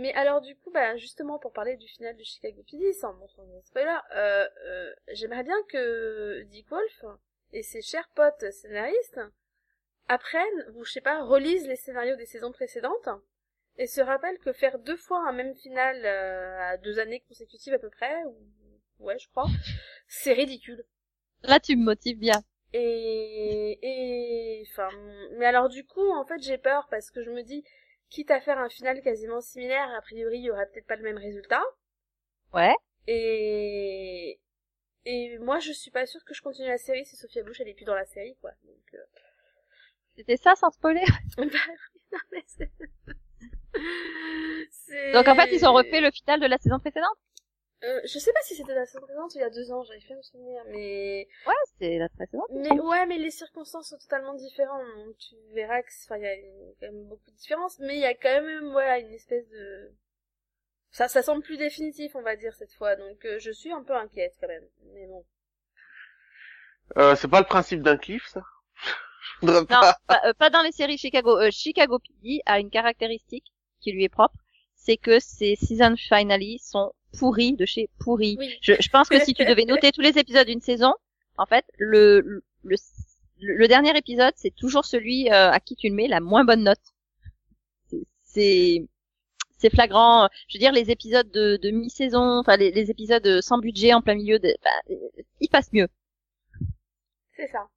C: Mais alors, du coup, bah, justement, pour parler du final de Chicago PD, sans bon sans bon spoiler, euh, euh, j'aimerais bien que Dick Wolf et ses chers potes scénaristes apprennent, ou je sais pas, relisent les scénarios des saisons précédentes et se rappellent que faire deux fois un même final euh, à deux années consécutives à peu près, ou ouais, je crois, c'est ridicule.
E: Là, tu me motives bien.
C: Et, et, enfin, mais alors du coup, en fait, j'ai peur parce que je me dis, quitte à faire un final quasiment similaire, a priori, il y aura peut-être pas le même résultat.
E: Ouais.
C: Et, et moi, je suis pas sûre que je continue la série si Sophia Bush, elle est plus dans la série, quoi. Donc, euh,
E: C'était ça, sans spoiler.
C: bah oui, non, mais c'est- c'est-
E: Donc en fait, ils ont refait le final de la saison précédente.
C: Euh, je sais pas si c'était la saison présente ou il y a deux ans, j'avais fait me souvenir, mais...
E: Ouais, c'est la précédente.
C: Mais ouais, mais les circonstances sont totalement différentes. donc Tu verras que, c'est- enfin, il y a une- quand même beaucoup de différences, mais il y a quand même, voilà, une espèce de... Ça, ça semble plus définitif, on va dire, cette fois, donc euh, je suis un peu inquiète, quand même. Mais bon.
B: Euh, c'est pas le principe d'un cliff ça Je voudrais
E: Non,
B: pas.
E: pas, euh, pas dans les séries Chicago. Euh, Chicago PD a une caractéristique qui lui est propre, c'est que ses season finale sont pourris de chez pourris.
C: Oui.
E: Je, je pense que si tu devais noter tous les épisodes d'une saison, en fait, le le, le, le dernier épisode, c'est toujours celui euh, à qui tu le mets la moins bonne note. C'est- C'est c'est flagrant. Je veux dire, les épisodes de, de mi-saison, enfin les, les épisodes sans budget en plein milieu, de, bah, euh, ils passent mieux.
C: C'est ça.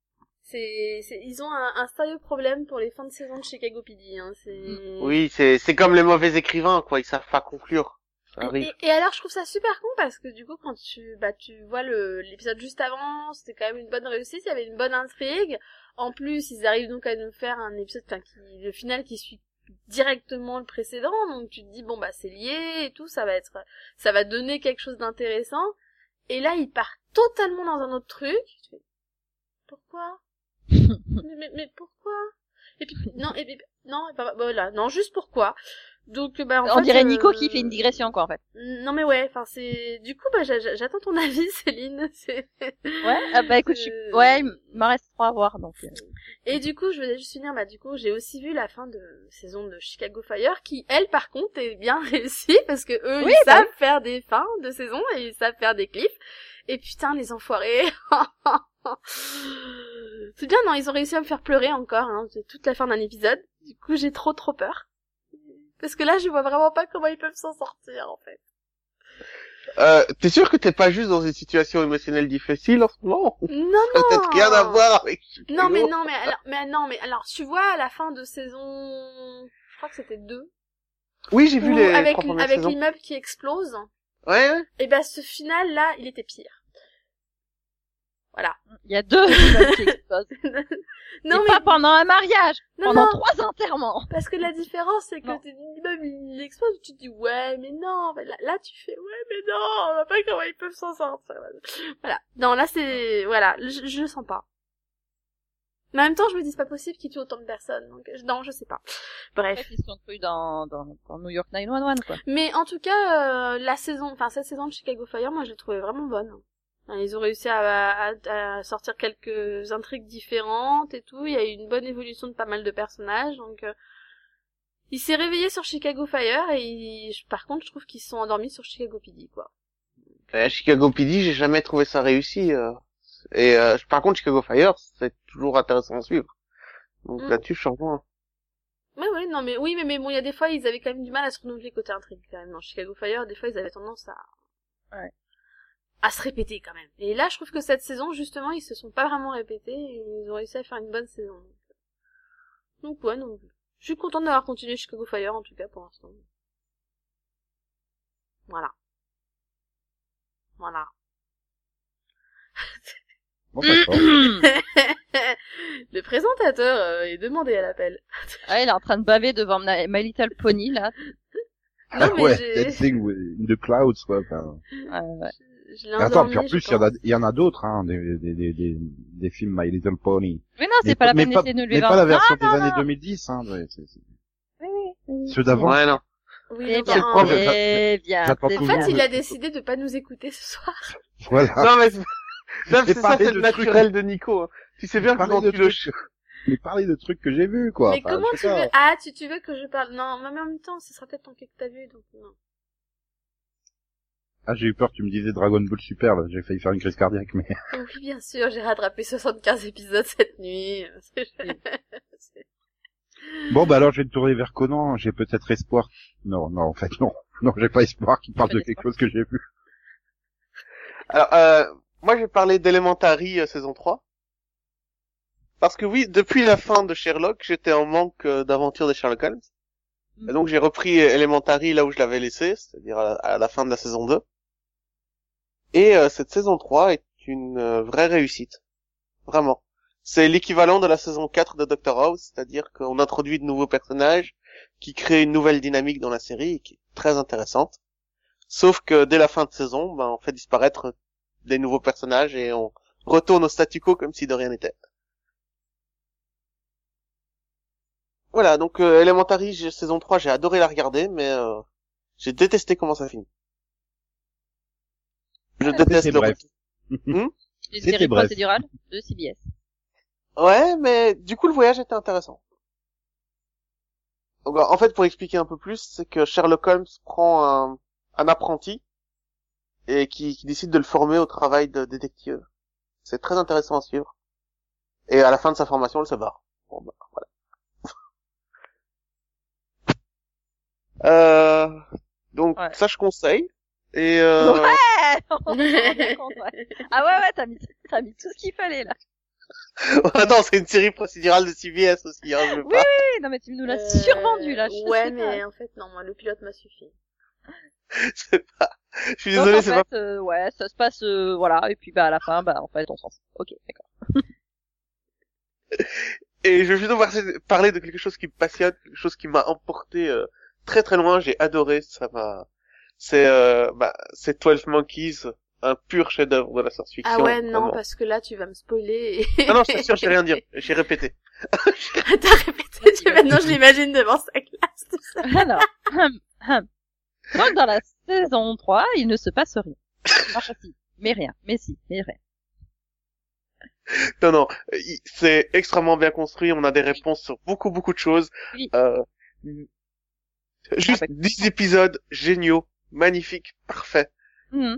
C: C'est, c'est, ils ont un, un sérieux problème pour les fins de saison de Chicago PD, hein, c'est...
B: Oui, c'est c'est comme les mauvais écrivains quoi, ils savent pas conclure.
E: Ah
B: Ça arrive.
C: Et, et alors, je trouve ça super con parce que du coup, quand tu, bah, tu vois le, l'épisode juste avant, c'était quand même une bonne réussite, il y avait une bonne intrigue. En plus, ils arrivent donc à nous faire un épisode, enfin, qui, le final qui suit directement le précédent, donc tu te dis, bon, bah, c'est lié et tout, ça va être, ça va donner quelque chose d'intéressant. Et là, il part totalement dans un autre truc. Tu fais, Pourquoi? mais, mais, mais pourquoi? Et puis, non, et puis, non, et bah, bah, voilà, non, juste pourquoi? Donc, bah, en
E: On
C: fait,
E: dirait Nico
C: euh,
E: qui fait une digression, quoi, en fait.
C: non mais ouais, enfin c'est du coup bah j'a- j'a- j'attends ton avis Céline. C'est-
E: Ouais, ah bah écoute, je suis...
C: Euh.
E: ouais, il m'en reste trois à voir, donc. euh,
C: Et du coup je voulais juste finir bah du coup j'ai aussi vu la fin de saison de Chicago Fire qui elle par contre est bien réussie parce que eux
E: Oui,
C: ils
E: bah
C: savent faire des fins de saison et ils savent faire des clips. Et putain les enfoirés. c'est bien non ils ont réussi à me faire pleurer encore hein, c'est toute la fin d'un épisode. Du coup j'ai trop trop peur. Parce que là je vois vraiment pas comment ils peuvent s'en sortir en fait.
B: Euh, t'es sûr que t'es pas juste dans une situation émotionnelle difficile en ce moment
C: Non non.
B: Peut-être rien à voir avec...
C: Non mais
B: Hello.
C: non mais alors mais non mais alors tu vois à la fin de saison je crois que c'était deux
B: Oui, j'ai vu
C: où
B: les
C: avec
B: trois premières
C: avec
B: saisons.
C: l'immeuble qui explose
B: Ouais, ouais.
C: et ben ce final là il était pire. Voilà.
E: Il y a deux images qui explosent.
C: non
E: Et
C: mais
E: pas pendant un mariage,
C: non,
E: pendant
C: non,
E: trois enterrements.
C: parce que la différence c'est que
E: Non.
C: t'es- l'immeuble il explose tu te dis ouais mais non mais là, là, tu fais ouais mais non on va pas comment ils peuvent s'en sortir. Voilà. Non là c'est voilà je, je le sens pas. Mais en même temps je me dis c'est pas possible qu'il tue autant de personnes donc je- non je sais pas.
E: En
C: Bref.
E: fait, ils se sont crus dans, dans, dans New York 911, quoi.
C: Mais en tout cas, euh, la saison, enfin cette saison de Chicago Fire, moi je l'ai trouvée vraiment bonne. Enfin, Ils ont réussi à, à- à sortir quelques intrigues différentes et tout. Il y a eu une bonne évolution de pas mal de personnages, donc euh, il s'est réveillé sur Chicago Fire et il- je- par contre je trouve qu'ils se sont endormis sur Chicago PD quoi.
B: Euh, Chicago PD, j'ai jamais trouvé ça réussi. euh. Et euh, par contre, Chicago Fire, c'est toujours intéressant à suivre. Donc
C: Mm.
B: là-dessus, je suis en point.
C: Oui oui non mais oui mais mais bon il y a des fois ils avaient quand même du mal à se renouveler côté intrigue quand même dans Chicago Fire des fois ils avaient tendance à
E: Ouais.
C: à se répéter quand même et là je trouve que cette saison justement ils se sont pas vraiment répétés et ils ont réussi à faire une bonne saison donc ouais non je suis contente d'avoir continué Chicago Fire en tout cas pour l'instant voilà voilà
A: Bon,
E: Mm.
A: d'accord.
C: le présentateur euh, est demandé à l'appel
E: Ah, il est en train de baver devant My My Little Pony,
C: non
E: là.
C: mais
A: Ah, ouais,
C: j'ai-
A: Dancing with the Clouds, quoi. enfin.
E: Euh,
C: je l'ai
A: Attends, puis en
C: endormi,
A: plus,
C: je
A: il y en a,
C: pense.
A: il y en a d'autres, hein, des, des, des, des, des films My Little Pony.
E: Mais non, c'est
A: Mais
E: pas la
A: mais
E: peine d'essayer de Ah, nous le
A: Mais
E: vendre.
A: pas la version
E: non,
A: des années
E: non.
A: 2010, hein. ouais, c'est- c'est-
E: oui.
A: Ceux d'avant.
B: Ouais, non.
C: Oui,
E: C'est
C: donc,
E: bien,
A: le
C: en-
A: problème.
E: c'est bien.
A: J'attends
E: c'est
C: En
A: toujours
E: bien.
C: fait, il a décidé de pas nous écouter ce soir.
A: Voilà.
B: Non, mais c'est- ça,
A: J'ai
B: c'est ça,
A: parlé
B: c'est
A: de
B: le naturel de Nico. hein. Tu sais bien que
A: Parlez
B: quand
A: de
B: tu le...
A: trucs- Mais parler de trucs que j'ai vus,
B: Bah,
A: quoi.
C: mais
A: Enfin,
C: comment
A: je
C: tu
A: sais pas.
C: veux Ah, tu, tu veux que je parle Non, mais en même temps, ce sera peut-être ton cas que t'as vu, donc non.
A: Ah, j'ai eu peur, tu me disais Dragon Ball Super, là. J'ai failli faire une crise cardiaque, mais.
C: Oui, bien sûr, j'ai rattrapé 75 épisodes cette nuit.
A: Bon, bah alors, je vais me tourner vers Conan. J'ai peut-être espoir. Non, non, en fait, non. Non, j'ai pas espoir qu'il parle
E: Pas
A: de quelque chose que j'ai vu.
B: Alors, euh, moi, j'ai parlé d'Elementary euh, saison 3. Parce que oui, depuis la fin de Sherlock, j'étais en manque euh, d'aventures de Sherlock Holmes.
E: Mm.
B: Et donc, j'ai repris euh, Elementary là où je l'avais laissé, c'est-à-dire à, la- à la fin de la saison 2. Et euh, cette saison 3 est une euh, vraie réussite. Vraiment. C'est l'équivalent de la saison 4 de Doctor House, c'est-à-dire qu'on introduit de nouveaux personnages qui créent une nouvelle dynamique dans la série et qui est très intéressante. Sauf que dès la fin de saison, ben, on fait disparaître des nouveaux personnages et on retourne au statu quo comme si de rien n'était. Voilà, donc euh, Elementary j'ai- saison 3, j'ai adoré la regarder, mais euh, j'ai détesté comment ça finit. Je déteste
A: C'était
B: le
A: bref.
E: Une
A: C'était
E: série
A: bref.
E: procédurale de CBS.
B: Ouais, mais du coup, le voyage était intéressant. Donc, en fait, pour expliquer un peu plus, c'est que Sherlock Holmes prend un, un apprenti et qui, qui décide de le former au travail de détective. C'est très intéressant à suivre. Et à la fin de sa formation, elle se barre. Bon, bah, voilà. euh, donc,
E: Ouais.
B: ça, je conseille. Et euh,
E: Eh, on s'en rend bien compte, ouais. Ah ouais, ouais, t'as mis, t'as mis tout ce qu'il fallait, là.
B: attends, c'est une série procédurale de CBS aussi. Hein, je veux
E: Oui,
B: pas.
E: oui, non, Euh, mais tu nous l'as survendu, là. Je
C: ouais,
E: sais pas.
C: mais en fait, non, moi, le pilote m'a suffi.
B: C'est pas... Je suis
E: Donc,
B: désolé,
E: en
B: c'est pas...
E: fait, euh, ouais, ça se passe, euh, voilà, et puis bah à la fin, bah en fait, on s'en fout. Ok, d'accord.
B: Et je vais plutôt par- parler de quelque chose qui me passionne, quelque chose qui m'a emporté euh, très très loin. J'ai adoré, ça m'a... C'est euh, bah, c'est 12 Monkeys, un pur chef-d'œuvre de la science-fiction.
C: Ah ouais, non,
B: vraiment.
C: parce que là, tu vas me spoiler. Et...
B: Non, non, je t'assure, j'ai rien dire. J'ai répété.
C: T'as répété, tu... maintenant je l'imagine devant sa classe, tout ça.
E: Alors, hum, hum. donc dans la saison 3, il ne se passe rien. Enfin, si, mais rien, mais si, mais rien.
B: Non, non, euh, il- c'est extrêmement bien construit. On a des réponses sur beaucoup, beaucoup de choses.
E: Oui.
B: Euh, juste
E: Ah bah.
B: 10 épisodes géniaux, magnifiques, parfaits.
E: Mhm.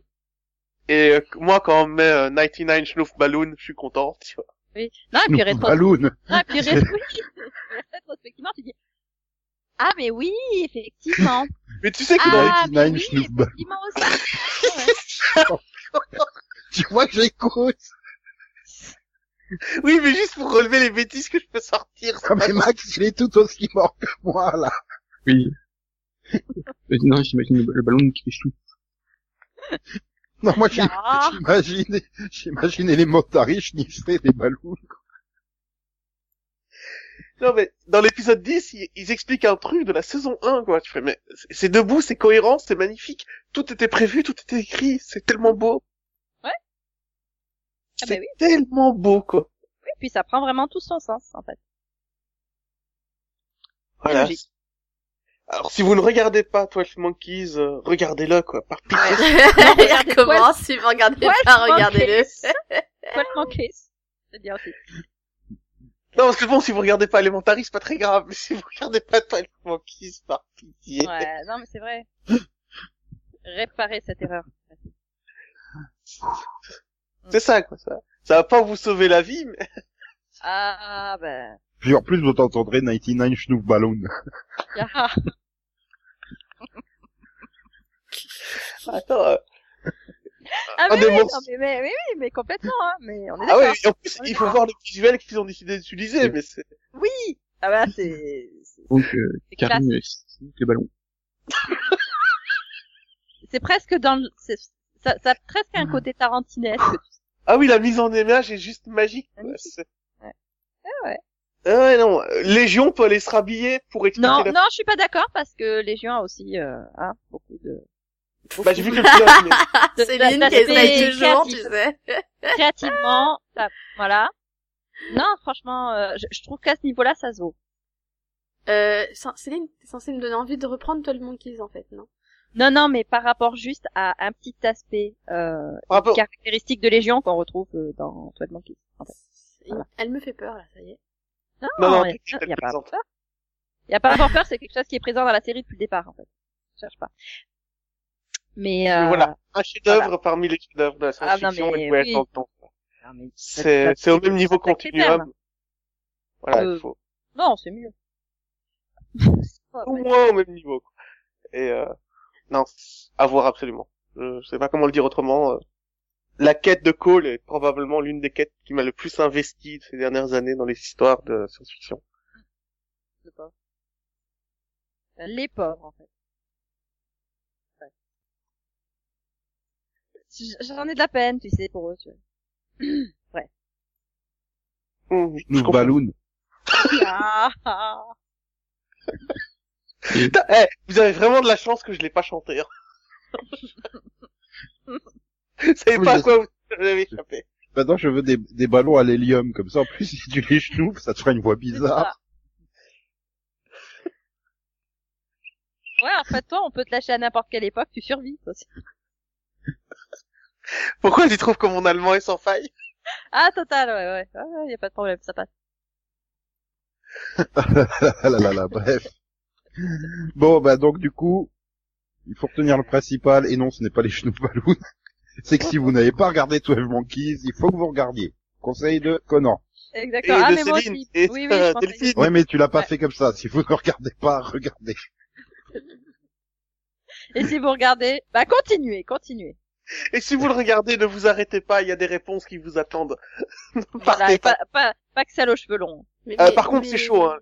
B: Et euh, moi, quand on met euh, 99 Schnuff Balloon, je suis content, tu vois.
E: Oui. Non, et puis rétro...
A: Balloon.
E: non, et puis rétro... oui. rétrospectivement, tu dis ah mais oui, effectivement.
B: Mais tu sais que dans les-
E: Ah mais
A: 99
E: oui,
A: Schnoop.
E: effectivement aussi. Ouais.
A: Tu vois, j'écoute.
B: Oui, mais juste pour relever les bêtises que je peux sortir.
A: Ah, mais Max, il est tout aussi mort que moi, là.
D: Oui. Euh, non, j'imagine le, le ballon qui fait chou.
A: Non, moi, j'ai-
E: Ah.
A: j'imagine, j'imaginais les motards schniffer des ballons.
B: Non, mais dans l'épisode 10, ils, ils expliquent un truc de la saison 1, quoi. Tu fais, mais c'est- c'est debout, c'est cohérent, c'est magnifique. Tout était prévu, tout était écrit. C'est tellement beau.
E: Ouais. Ah
B: C'est
E: bah oui.
B: tellement beau, quoi.
E: Oui, puis ça prend vraiment tout son sens en fait.
B: Voilà.
E: Logique.
B: Alors, si vous ne regardez pas 12 Monkeys, euh, regardez-le, quoi. Par pitié.
E: regardez,
C: Il recommence, si vous regardez pas, regardez-le.
E: Complètement case. C'est bien aussi.
B: Non, parce que bon, si vous regardez pas Elementary, c'est pas très grave. Mais si vous regardez pas 12 Monkeys, par pitié.
E: Ouais, non mais c'est vrai. Réparer cette erreur.
B: C'est ça, quoi, ça. Ça va pas vous sauver la vie, mais...
E: Ah ben.
A: Puis en plus, vous t'entendrez 99 Schnouf Ballon.
E: Ah,
B: Attends, euh,
E: ah
B: Un
E: mais,
B: des
E: oui,
B: morceaux.
E: non, mais, mais, mais oui, mais complètement, hein. Mais on est
B: Ah
E: d'accord.
B: ouais, et en plus,
E: On est
B: il faut
E: d'accord.
B: voir le visuel qu'ils ont décidé d'utiliser, mais c'est...
E: Oui. Ah bah c'est. c'est-
D: Donc, euh,
E: C'est
D: Karim, euh, c'est le ballon.
E: C'est presque dans le. c'est- Ça, ça a presque un côté tarantinesque.
B: Ah oui, la mise en image est juste magique. quoi,
E: Magnifique.
B: c'est-
E: Ouais. Ah ouais.
B: Ah ouais, non. euh, Légion peut aller se rhabiller pour expliquer
E: Non,
B: la...
E: non, je suis pas d'accord parce que Légion a aussi euh, hein, beaucoup de
B: Bah, j'ai vu que le pilote, mais...
E: de-
C: Céline qui
E: d'aspect
C: essaye toujours, tu
E: créatif.
C: sais.
E: créativement, ça- voilà. Non, franchement, euh, je, je trouve qu'à ce niveau-là, ça se vaut.
C: Euh, Cin- Céline, t'es censée me donner envie de reprendre 12 Monkeys, en fait, non?
E: Non, non, mais par rapport juste à un petit aspect euh,
B: Par rapport-
E: caractéristique de Légion qu'on retrouve euh, dans Toile Monkey. En fait.
C: Il- Elle me fait peur, là, ça y est.
E: Non,
B: Non, non,
E: il y
B: t'inquiète,
E: a- il y a
B: elle
E: pas
B: présente.
E: peur. Il y a pas peur, c'est quelque chose qui est présent dans la série depuis le départ, en fait. Je cherche pas. Mais, euh,
B: Mais voilà. Un chef-d'œuvre parmi les chefs-d'œuvre de la
E: Ah, non,
B: science-fiction,
E: mais
B: et ouais,
E: oui.
B: tant- tant.
E: non, mais-
B: C'est c'est au même niveau
E: c'est un sacré terme.
B: continuum. Voilà, il
E: Euh,
B: faut...
E: Non, c'est mieux. Ouais,
B: Au
E: ouais.
B: moins au même niveau. quoi. Et euh... non, à voir absolument. Je je sais pas comment le dire autrement. euh, La quête de Cole est probablement l'une des quêtes qui m'a le plus investi ces dernières années dans les histoires de science-fiction.
E: Les pauvres. Euh, Les pauvres, en fait. Ouais. J- J'en ai de la peine, tu sais, pour eux, tu vois.
B: Mmh, je
A: Schnouf
B: comprends.
A: Ballon.
E: Ah, ah.
B: Putain, eh, vous avez vraiment de la chance que je l'ai pas chanté. Hein. vous savez
A: Oui,
B: pas
A: je
B: à quoi vous avez échappé.
A: Maintenant, je veux des, des ballons à l'hélium, comme ça. En plus, si tu les schnoufes, ça te fera une voix
E: C'est
A: bizarre.
E: ça. Ouais, en fait, toi, on peut te lâcher à n'importe quelle époque, tu survis, toi aussi.
B: Pourquoi tu trouves que mon allemand est sans faille
E: Ah, total, ouais, ouais, ouais, ouais, y a pas de problème, ça passe.
A: Ah là là là, bref. Bon, bah donc du coup, il faut retenir le principal, et non, ce n'est pas les Schnoop Balloon. C'est que si vous n'avez pas regardé 12 Monkeys, il faut que vous regardiez. Conseil de Conan.
E: Exactement.
B: Et
E: ah,
B: de
E: mais moi
B: Céline,
E: aussi.
B: et,
E: Oui, oui,
B: euh,
E: je pense que-
B: Delphine.
A: Ouais, mais tu l'as pas
E: Ouais.
A: fait comme ça. Si vous ne regardez pas, regardez.
E: Et si vous regardez, bah, continuez, continuez.
B: Et si vous le regardez, ne vous arrêtez pas, il y a des réponses qui vous attendent. Ne
E: Voilà,
B: Partez
E: et
B: pas.
E: pas, pas, pas que ça aux cheveux longs.
C: Mais-
B: Euh,
C: mais-
B: par contre,
C: mais-
B: c'est chaud, hein.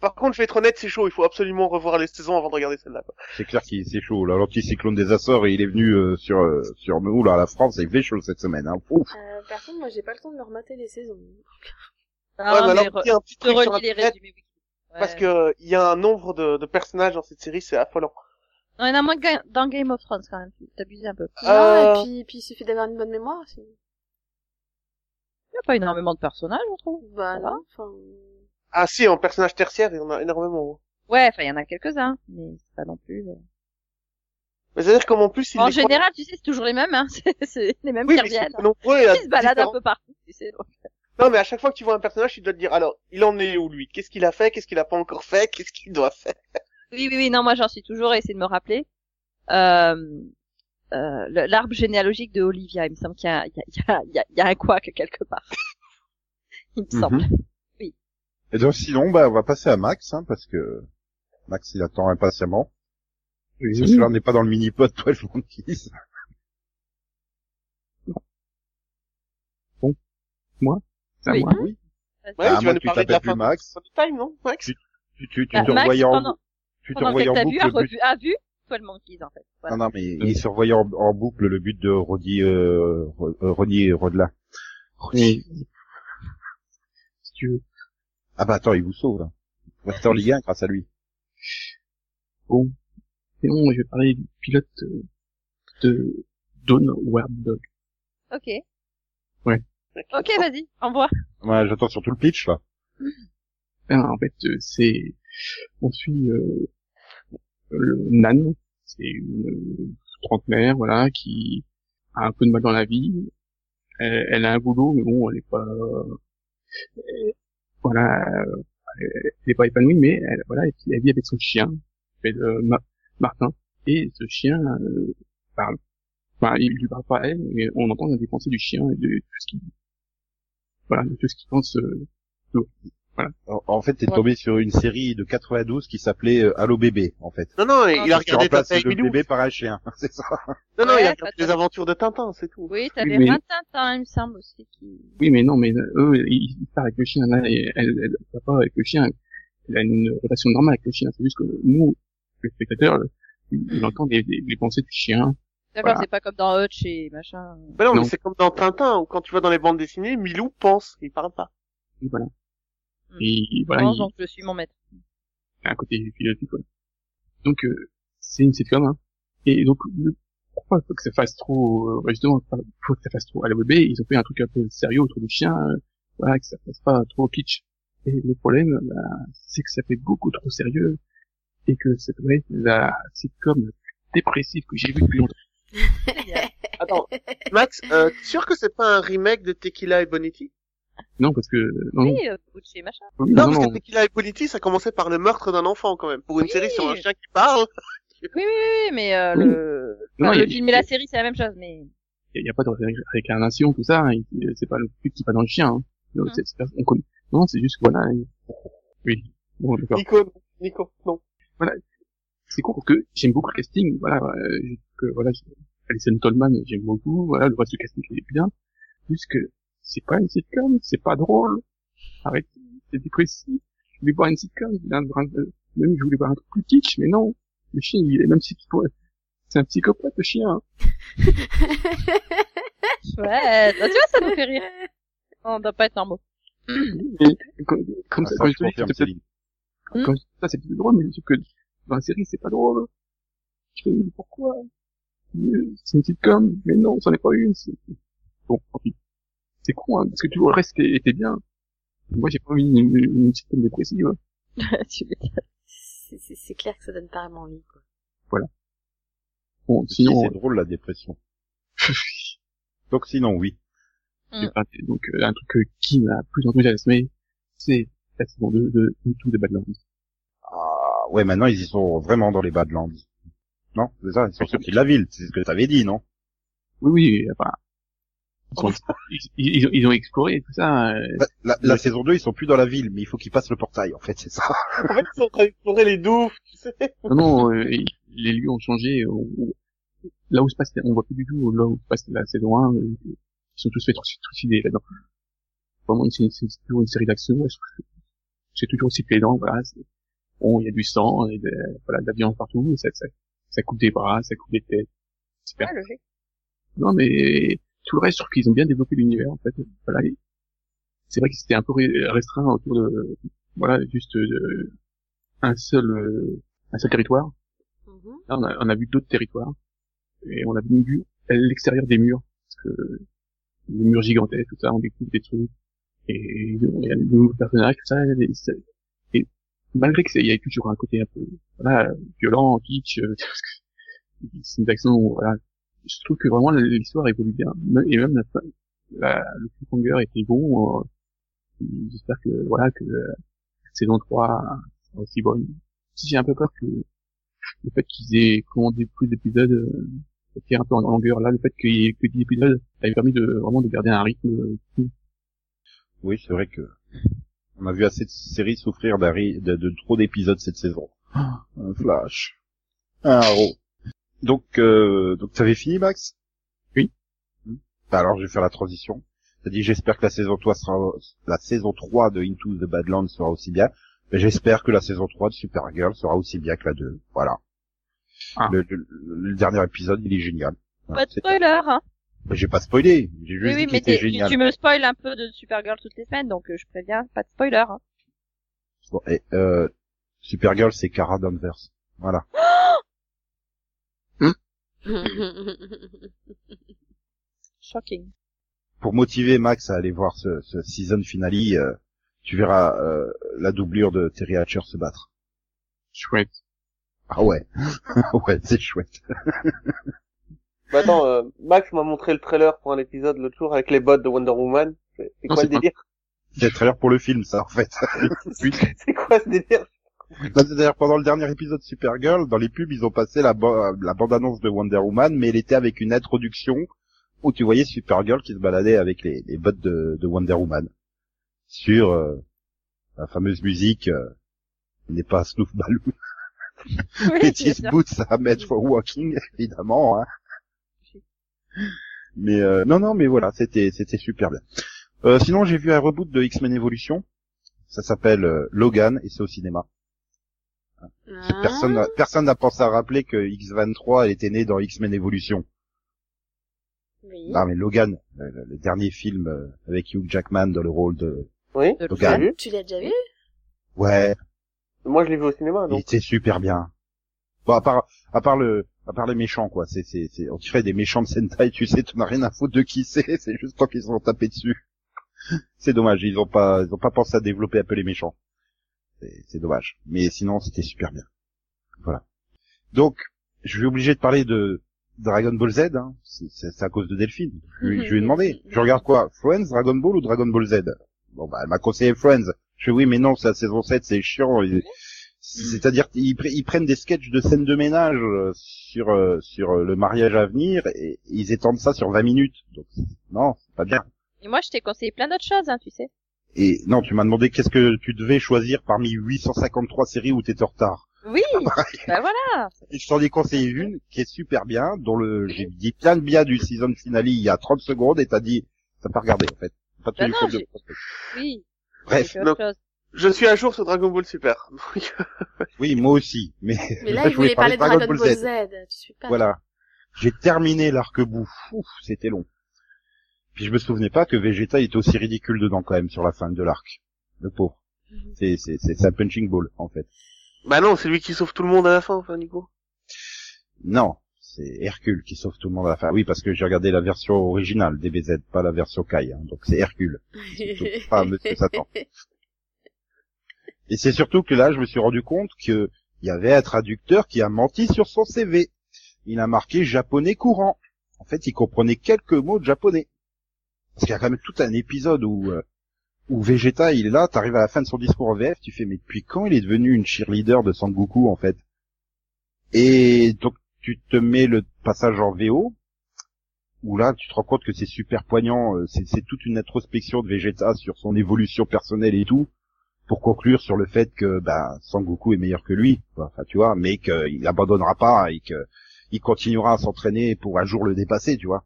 B: Par contre, je vais être honnête, c'est chaud. Il faut absolument revoir les saisons avant de regarder celle-là. quoi.
A: C'est clair qu'il c'est chaud. Là, l'anticyclone des Açores, il est venu euh, sur euh, sur nous là, la France, il fait chaud cette semaine. Hein. Ouf.
C: Euh, par contre, moi, j'ai pas le temps de me remater les saisons.
E: Ah,
B: Ouais,
E: mais
B: mais alors,
E: re-
B: il y a un petit
E: te
B: truc sur
E: relis les
B: Internet,
E: résumés Wikipédia. Ouais.
B: Parce que euh, il y a un nombre de, de personnages dans cette série, c'est affolant.
E: Non, il y en a moins que ga- dans Game of Thrones, quand même. T'abuses un peu.
B: Euh.
C: Non, et puis, puis il suffit d'avoir une bonne mémoire. sinon-
E: Il n'y a pas énormément de personnages, on trouve.
C: Bah,
E: va
C: non, enfin...
B: Ah si, en personnage tertiaire, il y en a énormément.
E: Ouais, enfin, il y en a quelques-uns, mais c'est pas non plus... euh.
B: Mais C'est-à-dire comme en plus, ils
E: En
B: les
E: général, tu sais, c'est toujours les mêmes, hein. C'est c'est les mêmes
B: croient- oui, mais
E: qui
B: ils sont
E: reviennent.
B: pas nombreux. et à
E: Ils se baladent un
B: différents-
E: peu partout, tu sais. donc.
B: Non, mais à chaque fois que tu vois un personnage, tu dois te dire alors, il en est où lui Qu'est-ce qu'il a fait Qu'est-ce qu'il a pas encore fait Qu'est-ce qu'il doit faire
E: Oui, oui, oui, non, moi, j'en suis toujours à essayer de me rappeler. Euh, euh, le- l'arbre généalogique de Olivia, il me semble qu'il y a, il y a- il y a, il y a, il y a un couac quelque part. il me semble.
A: Mhm.
E: Oui.
A: Et donc sinon, bah, on va passer à Max, hein, parce que Max, il attend impatiemment. Parce que là, on n'est pas dans le mini-pod 12 Monkeys.
D: C'est à
E: Oui.
D: moi.
A: Oui.
B: Ouais,
A: Ah,
B: tu
A: moi,
B: vas nous
A: tu
B: parler de la
A: t'appelles plus
B: fin de
A: Max.
B: Son Time, non, Max
A: Tu, tu, tu
E: Bah,
A: te
E: Max,
A: revoyais en,
E: pendant-
A: tu te
E: Pendant que
A: revoyais en
E: t'as vu, a
A: boucle le but.
E: revu, a vu, toi le manquise, en fait. Voilà.
A: Non, non, mais il se revoyait en, en boucle le but de Roddy, euh, Ro- euh, Ronnie Rodla.
D: Et- Si tu veux.
A: Ah bah attends, il vous sauve, là. Vous restez en Ligue 1 grâce à lui.
D: Bon. Et bon, je vais parler du pilote euh, de Dawn Ward Dog.
E: Ok.
D: Ouais.
E: Ok, vas-y, envoie.
A: Ouais, j'attends surtout le pitch, là.
D: Ah, en fait, euh, c'est on suit euh, le Nan, c'est une euh, trentenaire, voilà, qui a un peu de mal dans la vie. Elle, elle a un boulot, mais bon, elle est pas, euh, voilà, euh, elle elle est pas épanouie, mais elle, voilà, et puis elle vit avec son chien, qui s'appelle euh, Ma- Martin, et ce chien euh, parle. Enfin, il lui parle pas à elle, mais on entend des pensées du chien et de tout ce qu'il, voilà, de tout ce qu'il pense. euh,
A: En, en fait, t'es
E: Ouais.
A: tombé sur une série de 92 qui s'appelait euh, Allo Bébé, en fait.
B: Non, non, il
E: tu
B: a
A: Tu
B: regardé
A: remplaces
B: Tintin et
A: le
B: Milou.
A: bébé par un chien, c'est ça.
B: Non, non, il
E: Ouais,
B: a regardé
E: t'as-
B: les aventures de Tintin, c'est tout.
E: Oui, t'avais
D: mais-
E: un Tintin, il me semble aussi. Qui...
D: Oui, mais non, mais euh, eux, ils ils partent avec le chien, là, et elle, elle parle pas avec le chien. Elle a une relation normale avec le chien. C'est juste que nous, le spectateur, il il entend des, des, des pensées du chien.
E: D'accord,
D: Voilà.
E: c'est pas comme dans Hutch et machin.
B: Bah non,
D: Non.
B: mais c'est comme dans Tintin, où quand tu vas dans les bandes dessinées, Milou pense, il parle pas.
D: Et voilà.
E: Mm.
D: Et
E: Je
D: voilà, il,
E: donc je suis mon maître.
D: à côté philosophique, quoi. Donc, euh, c'est une sitcom, hein. Et donc, le- pourquoi faut que ça fasse trop, euh, ouais, justement, pas- faut que ça fasse trop à la bébé, ils ont fait un truc un peu sérieux autour du chien, euh, voilà, que ça fasse pas trop au kitsch. Et le problème, bah, c'est que ça fait beaucoup trop sérieux, et que ça devrait être la sitcom la plus dépressive que j'ai vue depuis longtemps.
B: Attends, Max, euh, t'es sûr que c'est pas un remake de Tequila et Bonity
D: Non, parce que, non, non,
E: Oui, euh, Butch et machin.
D: non,
B: Non,
D: non,
B: parce
D: non.
B: que Tequila et Bonity, ça commençait par le meurtre d'un enfant, quand même. Pour une
E: Oui.
B: série sur un chien qui parle,
E: Oui, oui, oui, oui, mais euh,
D: Oui.
E: le...
D: Non,
E: enfin,
D: il y a-
E: le film et la série, c'est la même chose, mais...
D: il n'y a, pas de ré- réincarnation, tout ça, hein, il- c'est pas le truc qui va dans le chien, hein. Non,
E: Mm.
D: c'est- c'est pas- on connaît- non, c'est juste, que, voilà, il- oui, bon, d'accord.
B: Nico, Nico, non.
D: c'est cool parce que j'aime beaucoup le casting voilà euh, que voilà j'ai- Alison Tolman j'aime beaucoup voilà le reste du casting il est bien juste que c'est pas une sitcom c'est pas drôle arrête c'est dépressif je voulais voir une sitcom je voulais un- un- euh, même je voulais voir un truc plus kitsch mais non le chien il est même si c'est un psychopathe le chien hein.
E: Ouais, bah, tu vois, ça nous fait rire. On doit pas être normaux.
D: Et comme, comme
A: Ah,
D: ça
A: ça,
D: quand je
A: je
D: te dis
A: confirme,
D: c'est peut-être-
A: Céline.
E: Céline.
D: quand je- ça c'est peut-être drôle mais c'est que dans la série c'est pas drôle je me dis pourquoi c'est une sitcom mais non c'en est pas une c'est- bon tant pis c'est con hein, parce que tout le reste était, était bien moi j'ai pas envie d'une une, une sitcom dépressive
E: Tu m'étonnes.
C: C'est- C'est c'est clair que ça donne pas vraiment envie, quoi.
D: bon
A: Si,
D: sinon euh,
A: c'est drôle, la dépression. Donc sinon, oui.
E: Mm.
D: j'ai pas- donc euh, un truc euh, qui m'a plus entendu à la semaine c'est la saison 2 de tout de Badlands
A: Ah, ouais, maintenant, ils y sont vraiment dans les Badlands. Non, c'est ça, ils sont sortis de la ville, c'est ce que t'avais dit, non
D: oui oui enfin ils, ont- ils- ils ont- ils ont exploré tout ça euh,
A: La, la- la
D: Oui.
A: saison 2, ils sont plus dans la ville, mais il faut qu'ils passent le portail, en fait, c'est ça.
B: En fait, ils sont en train d'explorer les douves, tu sais.
D: Non, non, euh, et- les lieux ont changé. on- on- là où se passe, on voit plus du tout là où se passe la saison 1. euh, Ils sont tous faits truc- trucider là-dedans. Vraiment, c'est une, c'est toujours une série d'action. ouais, je trouve- c'est toujours aussi plaidant. Voilà, c'est- bon, il y a du sang, et de, voilà, de la viande partout. Ça, ça, ça coupe des bras, ça coupe des têtes. Super.
E: Ah, logique.
D: Non, mais tout le reste, je trouve qu'ils ont bien développé l'univers, en fait. Voilà. et C'est vrai que c'était un peu re- restreint autour de, voilà, juste euh, un seul, euh, un seul territoire.
C: Mhm.
D: Là, on a, on a vu d'autres territoires. Et on a bien vu l'extérieur des murs. Parce que les murs gigantesques, tout ça, on découvre des trucs. Et on- il y a des nouveaux personnages, tout ça. Et, ça- et malgré que c'est- il y a toujours un côté un peu, voilà, violent, kitsch, euh, parce que c'est une action, voilà. Je trouve que vraiment l'histoire évolue bien. Et même la, fin- la, le cliffhanger était bon. euh, et J'espère que, voilà, que la saison 3 sera aussi bonne. Si j'ai un peu peur que le fait qu'ils aient commandé plus d'épisodes euh, qui est un peu en longueur là le fait qu'il y ait que 10 épisodes ça a permis de vraiment de garder un rythme euh, cool.
A: Oui, c'est vrai que on a vu assez de séries souffrir d'un ri- de, de trop d'épisodes cette saison. Un flash. Un haro. Donc, euh, donc t'avais fini, Max
D: Oui.
A: Hmm. Bah alors, je vais faire la transition. T'as dit, j'espère que la saison 3 sera, la saison 3 de Into the Badlands sera aussi bien. Mais j'espère que la saison 3 de Supergirl sera aussi bien que la 2. Voilà.
D: Ah.
A: Le, le- le dernier épisode, il est génial.
E: Pas de
A: C'est-
E: spoiler, hein.
A: Mais J'ai pas spoilé. J'ai juste
E: Oui, oui,
A: dit qu'il
E: mais
A: était
E: t'es- tu,
A: génial.
E: tu me spoil un peu de Supergirl toutes les semaines, donc euh, je préviens, pas de spoiler. Hein.
A: Bon, et, euh, Supergirl, c'est Kara Danvers. Voilà.
E: Shocking.
A: Pour motiver Max à aller voir ce, ce season finale, euh, tu verras euh, la doublure de Terry Hatcher se battre.
D: chouette
A: Ah ouais, ouais, c'est chouette.
B: Bah attends, euh, Max m'a montré le trailer pour un épisode l'autre jour avec les bots de Wonder Woman. C'est c'est
D: Non,
B: quoi
D: c'est
B: le délire
A: C'est le trailer pour le film, ça, en fait.
B: C'est quoi ce délire
A: Là, D'ailleurs, pendant le dernier épisode Supergirl, dans les pubs, ils ont passé la, ba- la bande-annonce de Wonder Woman, mais elle était avec une introduction où tu voyais Supergirl qui se baladait avec les, les bottes de, de Wonder Woman sur euh, la fameuse musique euh, Il n'est pas Snoop Baloo.
E: Oui,
A: Et These boots à mettre for walking, évidemment. Hein. Mais euh, non, non, mais voilà, c'était c'était super bien. Euh, sinon, j'ai vu un reboot de X-Men Evolution. Ça s'appelle euh, Logan et c'est au cinéma.
C: Ah. Hein
A: Personne n'a- personne n'a pensé à rappeler que X-23 elle était née dans X-Men Evolution.
C: Oui.
A: Non mais Logan, euh, le, le dernier film euh, avec Hugh Jackman dans le rôle de
B: Oui,
E: De
B: j'ai
A: Logan.
B: vu.
C: Tu l'as déjà vu
A: Ouais,
B: Moi je l'ai vu au cinéma,
A: il
B: donc.
A: était super bien. Bon à part à part le à part les méchants quoi, c'est c'est c'est on dirait des méchants de Sentai, tu sais, tu n'as rien à foutre de qui c'est, c'est juste tant qu'ils se sont tapés dessus. C'est dommage, ils ont pas ils ont pas pensé à développer un peu les méchants. C'est c'est dommage, mais sinon c'était super bien. Voilà. Donc je vais obligé de parler de Dragon Ball Z, hein. C'est- c'est c'est à cause de Delphine. Je, lui- je lui ai demandé, je regarde quoi Friends, Dragon Ball ou Dragon Ball Z Bon bah elle m'a conseillé Friends. Je fais oui mais non, c'est la saison 7, c'est chiant. Ils- C'est-à-dire qu'ils pr- ils prennent des sketchs de scènes de ménage euh, sur euh, sur euh, le mariage à venir et ils étendent ça sur 20 minutes. Donc non, c'est pas bien.
E: Et moi, je t'ai conseillé plein d'autres choses, hein, tu sais.
A: Et non, tu m'as demandé qu'est-ce que tu devais choisir parmi 853 séries où t'étais en retard.
E: Oui, bah voilà.
A: Et je t'en ai conseillé une qui est super bien, dont le j'ai dit plein de bien du season finale il y a 30 secondes et t'as dit t'as pas regardé en fait. T'as Pas
E: Bah
A: tenu
E: non,
A: compte de-
E: j'ai- Oui.
A: Bref,
E: j'ai fait autre
B: donc-
E: chose.
B: Je suis à jour sur Dragon Ball Super. Donc, euh,
A: oui moi aussi, mais,
C: Mais là, il voulait parler de Dragon Ball Z. Tu suis pas.
A: Voilà. J'ai terminé l'arc-bout. Ouf, c'était long. Puis je me souvenais pas que Vegeta était aussi ridicule dedans quand même sur la fin de l'arc. Le pauvre. C'est c'est c'est c'est un punching ball en fait.
B: Bah non, c'est lui qui sauve tout le monde à la fin, enfin Nico.
A: Non, c'est Hercule qui sauve tout le monde à la fin. Oui, parce que j'ai regardé la version originale DBZ, pas la version Kai. hein. donc c'est Hercule. surtout pas Monsieur Satan. Et c'est surtout que là, je me suis rendu compte que il y avait un traducteur qui a menti sur son CV. Il a marqué japonais courant. En fait, il comprenait quelques mots de japonais. Parce qu'il y a quand même tout un épisode où euh, où Vegeta, il est là, t'arrives à la fin de son discours en VF, tu fais mais depuis quand il est devenu une cheerleader de Sangoku en fait Et donc tu te mets le passage en VO où là tu te rends compte que c'est super poignant, euh, c'est c'est toute une introspection de Vegeta sur son évolution personnelle et tout pour conclure sur le fait que bah, Sangoku est meilleur que lui, quoi. enfin tu vois, mais qu'il abandonnera pas et que il continuera à s'entraîner pour un jour le dépasser, tu vois.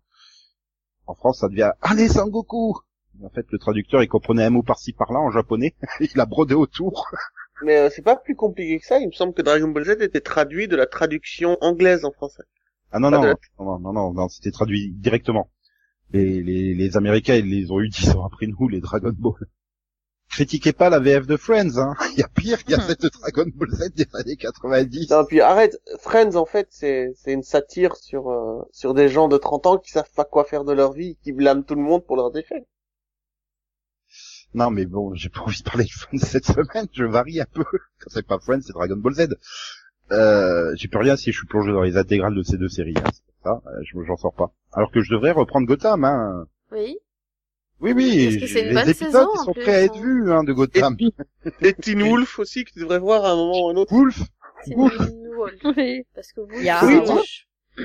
A: En France, ça devient allez Sangoku, En fait, le traducteur, il comprenait un mot par-ci par-là en japonais. il a brodé autour.
B: Mais euh, c'est pas plus compliqué que ça. Il me semble que Dragon Ball Z était traduit de la traduction anglaise en français.
A: Ah non,
B: Pas
A: non,
B: de
A: non, non, non, non, non, c'était traduit directement. Les, les, les Américains, ils les ont eu dix ans après nous, les Dragon Ball. Critiquez pas la VF de Friends, hein. Il y a pire, il y a
C: Hmm.
E: Mhm.
A: cette Dragon Ball Z des années 90.
B: Non, puis arrête. Friends, en fait, c'est c'est une satire sur euh, sur des gens de 30 ans qui savent pas quoi faire de leur vie, qui blâment tout le monde pour leurs déchets.
A: Non, mais bon, j'ai pas envie de parler de Friends cette semaine, je varie un peu. Quand c'est pas Friends, c'est Dragon Ball Z. Euh, j'ai plus rien si je suis plongé dans les intégrales de ces deux séries, hein. C'est pour ça, euh, je- j'en sors pas. Alors que je devrais reprendre Gotham, hein.
C: Oui.
A: Oui,
C: Parce
A: oui, j'ai-
C: que c'est une
A: les
C: bonne
A: épisodes
C: saison,
A: ils
C: en
A: sont
C: plus,
A: prêts à être
C: hein.
A: vus, hein, de Gotham.
B: Et Teen Wolf aussi que tu devrais voir à un moment ou à un autre.
A: Wolf,
C: C'est
A: Ouf.
C: une nouvelle.
E: Oui.
C: Parce que vous,
E: Il y a
B: un
C: c'est-
B: an. Tu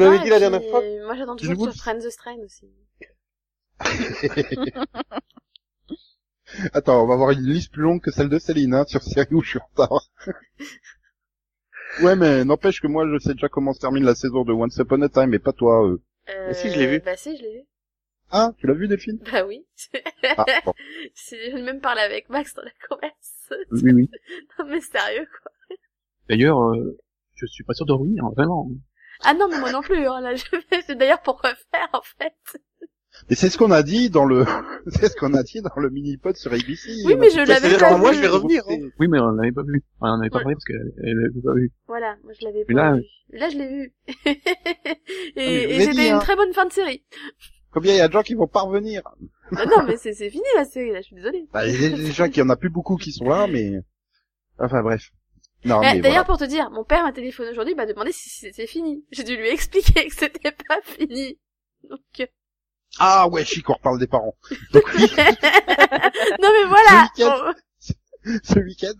C: Ouais,
B: m'avais dit la
C: puis,
B: dernière fois.
C: euh, Moi, j'attends
A: Teen
C: toujours
A: Wolf.
C: sur Friends the Strain aussi.
A: Attends, on va avoir une liste plus longue que celle de Céline, hein, sur série où je suis en retard. ouais, mais n'empêche que moi, je sais déjà comment se termine la saison de Once Upon a Time, mais pas toi, euh.
C: Euh,
B: si, je l'ai vu.
C: Bah si, je l'ai vu.
A: Hein, tu l'as vu, Delphine?
C: Bah oui.
A: Ah, bon.
C: C'est- J'ai même parlé avec Max dans la converse.
D: Oui, oui.
C: non mais sérieux quoi.
D: D'ailleurs, euh, je suis pas sûr de revenir, hein, vraiment.
C: Ah non mais moi non plus. Hein, là, je... c'est d'ailleurs pour refaire en fait.
A: Et c'est ce qu'on a dit dans le, c'est ce qu'on a dit dans le mini-pod sur ABC.
C: Oui
A: On a
C: mais
A: dit
C: je
A: ça,
C: l'avais
B: c'est-à-dire
C: pas
B: que moi,
C: vu.
B: je vais revenir, hein.
D: Oui, mais on l'avait pas vu. Enfin, on n'avait pas
C: Ouais.
D: parlé parce qu'elle elle l'avait pas vu.
C: Voilà, moi je l'avais
D: Mais
C: pas
D: là-
C: vu. Là je l'ai vu. et
A: Ah, mais je
C: et
A: l'ai dit,
C: c'était
A: hein.
C: une très bonne fin de série.
A: Combien il y a de gens qui vont pas revenir?
C: Bah non mais c'est c'est fini la série là, je suis désolée. Eh,
A: Bah, il y a déjà qu'il y en a plus beaucoup qui sont là, mais, enfin, bref. Non,
C: Eh,
A: mais
C: D'ailleurs pour te dire, mon père m'a téléphoné aujourd'hui, il m'a demandé si c'était fini. J'ai dû lui expliquer que c'était pas fini. Donc euh,
A: voilà. Ah ouais, chic, on reparle des parents. Donc oui,
C: non mais voilà.
A: Ce week-end. ce week-end,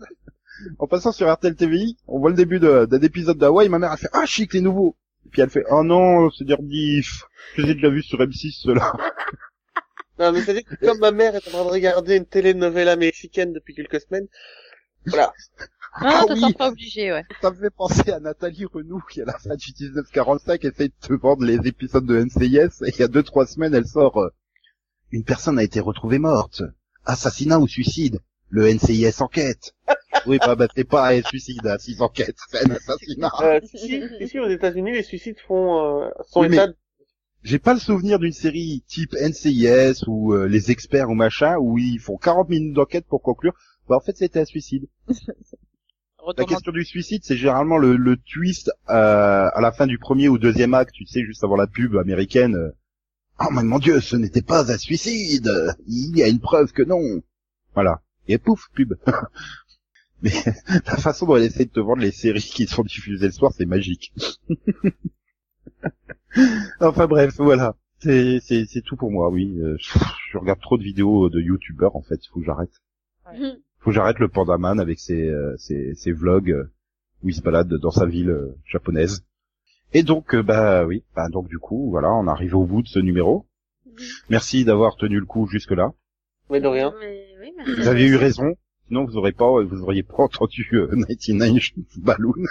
A: en passant sur RTL TVI, on voit le début de- d'un épisode d'Hawaii, ma mère, elle fait, ah, chic, les nouveaux. Et puis elle fait, oh non, c'est dire diff. Je les ai déjà vus sur M6, ceux-là.
B: Non, mais c'est-à-dire que comme ma mère est en train de regarder une telenovela mexicaine depuis quelques semaines,
E: Non, non,
A: Ah
E: t'en
A: oui.
E: sens pas obligé, ouais.
A: Ça me fait penser à Nathalie Renou, qui à la fin du 1945 essaye de te vendre les épisodes de NCIS, et il y a deux, trois semaines, elle sort, euh, une personne a été retrouvée morte. Assassinat ou suicide? Le NCIS enquête. Oui, bah, bah, c'est pas un suicide, hein, s'ils enquêtent, c'est un assassinat.
B: euh, si, si, si, aux États-Unis, les suicides font euh, sont
A: Oui, mais-
B: état de-
A: J'ai pas le souvenir d'une série type NCIS ou euh, les experts ou machin où ils font 40 minutes d'enquête pour conclure. Bah en fait c'était un suicide. La
E: Retourne en-
A: question du suicide c'est généralement le, le twist euh, à la fin du premier ou deuxième acte, tu sais juste avant la pub américaine. euh, Oh mais mon dieu, ce n'était pas un suicide. Il y a une preuve que non. Voilà. Et pouf pub. mais la façon dont elle essaie de te vendre les séries qui sont diffusées le soir c'est magique. Enfin bref, voilà. C'est c'est- c'est tout pour moi, oui. Euh, je, je regarde trop de vidéos de youtubeurs en fait, faut que j'arrête.
C: Mhm.
A: Faut que j'arrête le pandaman avec ses, euh, ses, ses vlogs euh, où il se balade dans sa ville euh, japonaise. Et donc euh, bah oui, bah donc du coup, voilà, on arrive au bout de ce numéro. Merci d'avoir tenu le coup jusque là.
B: mais de rien.
C: Mais oui, merci.
A: Vous avez eu raison. Sinon, vous aurez pas, vous auriez pas entendu euh, 99 Balloon.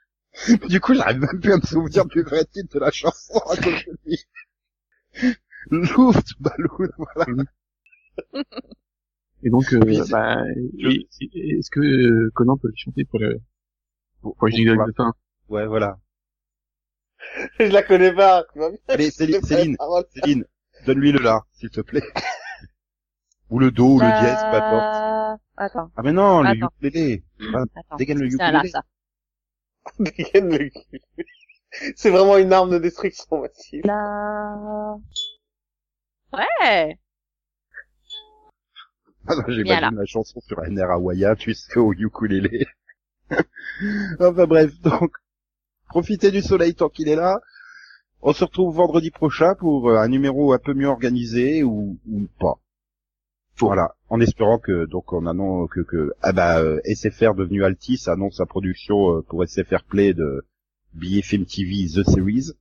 A: du coup, j'arrive même plus à me souvenir du vrai titre de la chanson à cause de lui. Luft Balloon, voilà.
D: Et donc, euh,
A: Oui, c'est-
D: bah, et- et- est-ce que euh, Conan peut le chanter pour le pour, pour le générique de fin
A: Ouais, voilà.
B: Je la connais pas. tu vois bien.
A: Allez,
B: Je
A: Céline,
B: connais
A: Céline,
B: pas la parole.
A: Céline, donne-lui le la, s'il te plaît. ou le do, ou le dièse, peu importe.
E: Attends,
A: Ah, mais non, le
E: Euh, Attends.
A: ukulélé.
E: attends.
A: Dégaine le
E: C'est un lard,
A: ukulélé.
E: ça.
B: Dégaine le cul. C'est vraiment une arme de destruction massive.
E: La... Ouais!
A: Ah non, J'imagine
E: Voilà.
A: la chanson sur NR Hawaïa, tu sais, au ukulélé. enfin bref, donc, profitez du soleil tant qu'il est là. On se retrouve vendredi prochain pour euh, un numéro un peu mieux organisé ou, ou pas. Voilà, en espérant que donc on annonce que, que ah bah euh, SFR devenu Altis annonce sa production euh, pour SFR Play de BFM TV The Series.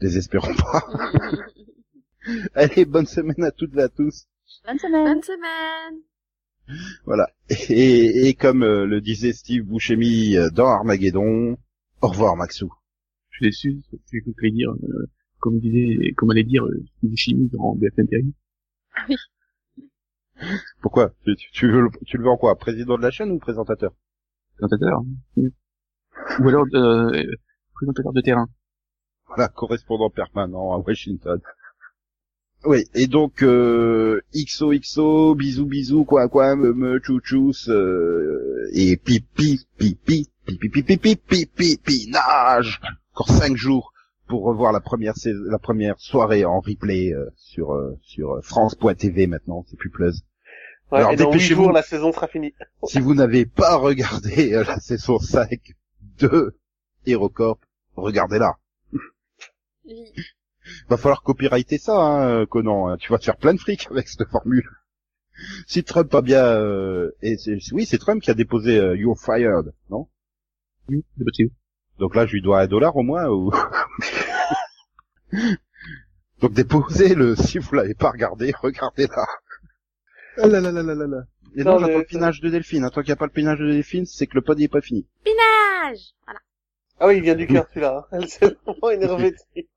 A: Désespérons pas. Allez, bonne semaine à toutes et à tous.
E: Bonne semaine!
C: Bonne semaine.
A: Voilà. Et, et comme euh, le disait Steve Buscemi euh, dans Armageddon, au revoir Maxou.
D: Je suis déçu, c'est ce que je voulais dire, euh, comme disait, comme allait dire euh, Steve Buscemi dans BFM TV.
A: Pourquoi tu, tu- tu veux le, tu le veux en quoi Président de la chaîne ou présentateur
D: Présentateur. Oui. hein. Ou alors, euh, présentateur de terrain.
A: Voilà, correspondant permanent à Washington. Oui, et donc euh, XOXO, bisous bisous, quoi quoi, me me chou chous, euh, et pipi pipi pipi pipi pipi pipi pinage. Encore cinq jours pour revoir la première sais- la première soirée en replay euh, sur euh, sur euh, France.tv maintenant, c'est plus Plus.
B: Ouais,
A: Alors,
B: et dans huit
A: dépêchez-vous.
B: jours, la saison sera finie.
A: Si vous n'avez pas regardé euh, la saison 5 de HeroCorp, regardez-la.
C: Oui.
A: Va falloir copyrighter ça, hein, Conan. Tu vas te faire plein de fric avec cette formule. Si Trump a bien... euh, et c'est- oui, c'est Trump qui a déposé euh, You're Fired, non
D: Oui, c'est possible.
A: Donc là, je lui dois un dollar au moins ou... Donc déposez-le, si vous l'avez pas regardé, regardez-la. Ah là là là là là là. Et
B: Non,
A: non,
B: mais-
A: j'attends le pinage de Delphine. hein. Tant qu'il n'y a pas le pinage de Delphine, c'est que le pod n'est pas fini.
C: Pinage Voilà.
B: Ah oui, il vient du cœur, celui-là. hein. Elle s'est vraiment énervée dessus.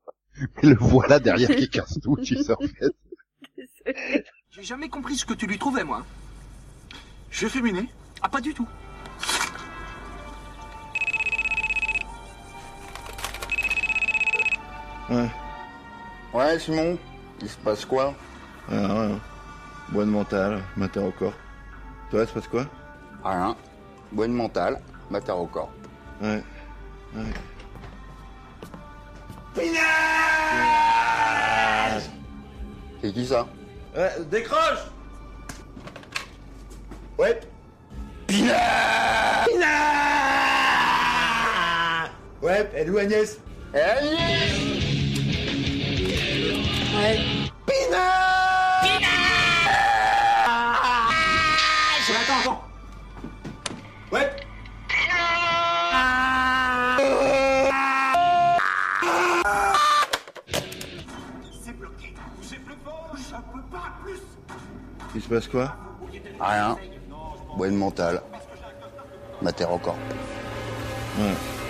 A: Et le voilà derrière qui casse tout, tu sais, en fait.
C: Désolée.
G: J'ai jamais compris ce que tu lui trouvais, moi. Je suis féminin Ah, pas du tout.
H: Ouais, Simon, il se passe quoi
I: Ah, rien. Boîte mentale, mater au corps. Toi, ça passe quoi
H: Rien. Bonne mentale, matin au corps.
I: Ouais. Ouais.
H: C'est qui ça
I: Ouais, décroche
H: Ouais. Pinard
I: Ouais, elle est où Agnès
G: Attends, attends.
I: Ouais
G: C'est bloqué. J'ai plus de Je peux pas plus.
I: Il se passe quoi
H: Rien. Bonne mentale, matin au corps.
I: Ouais.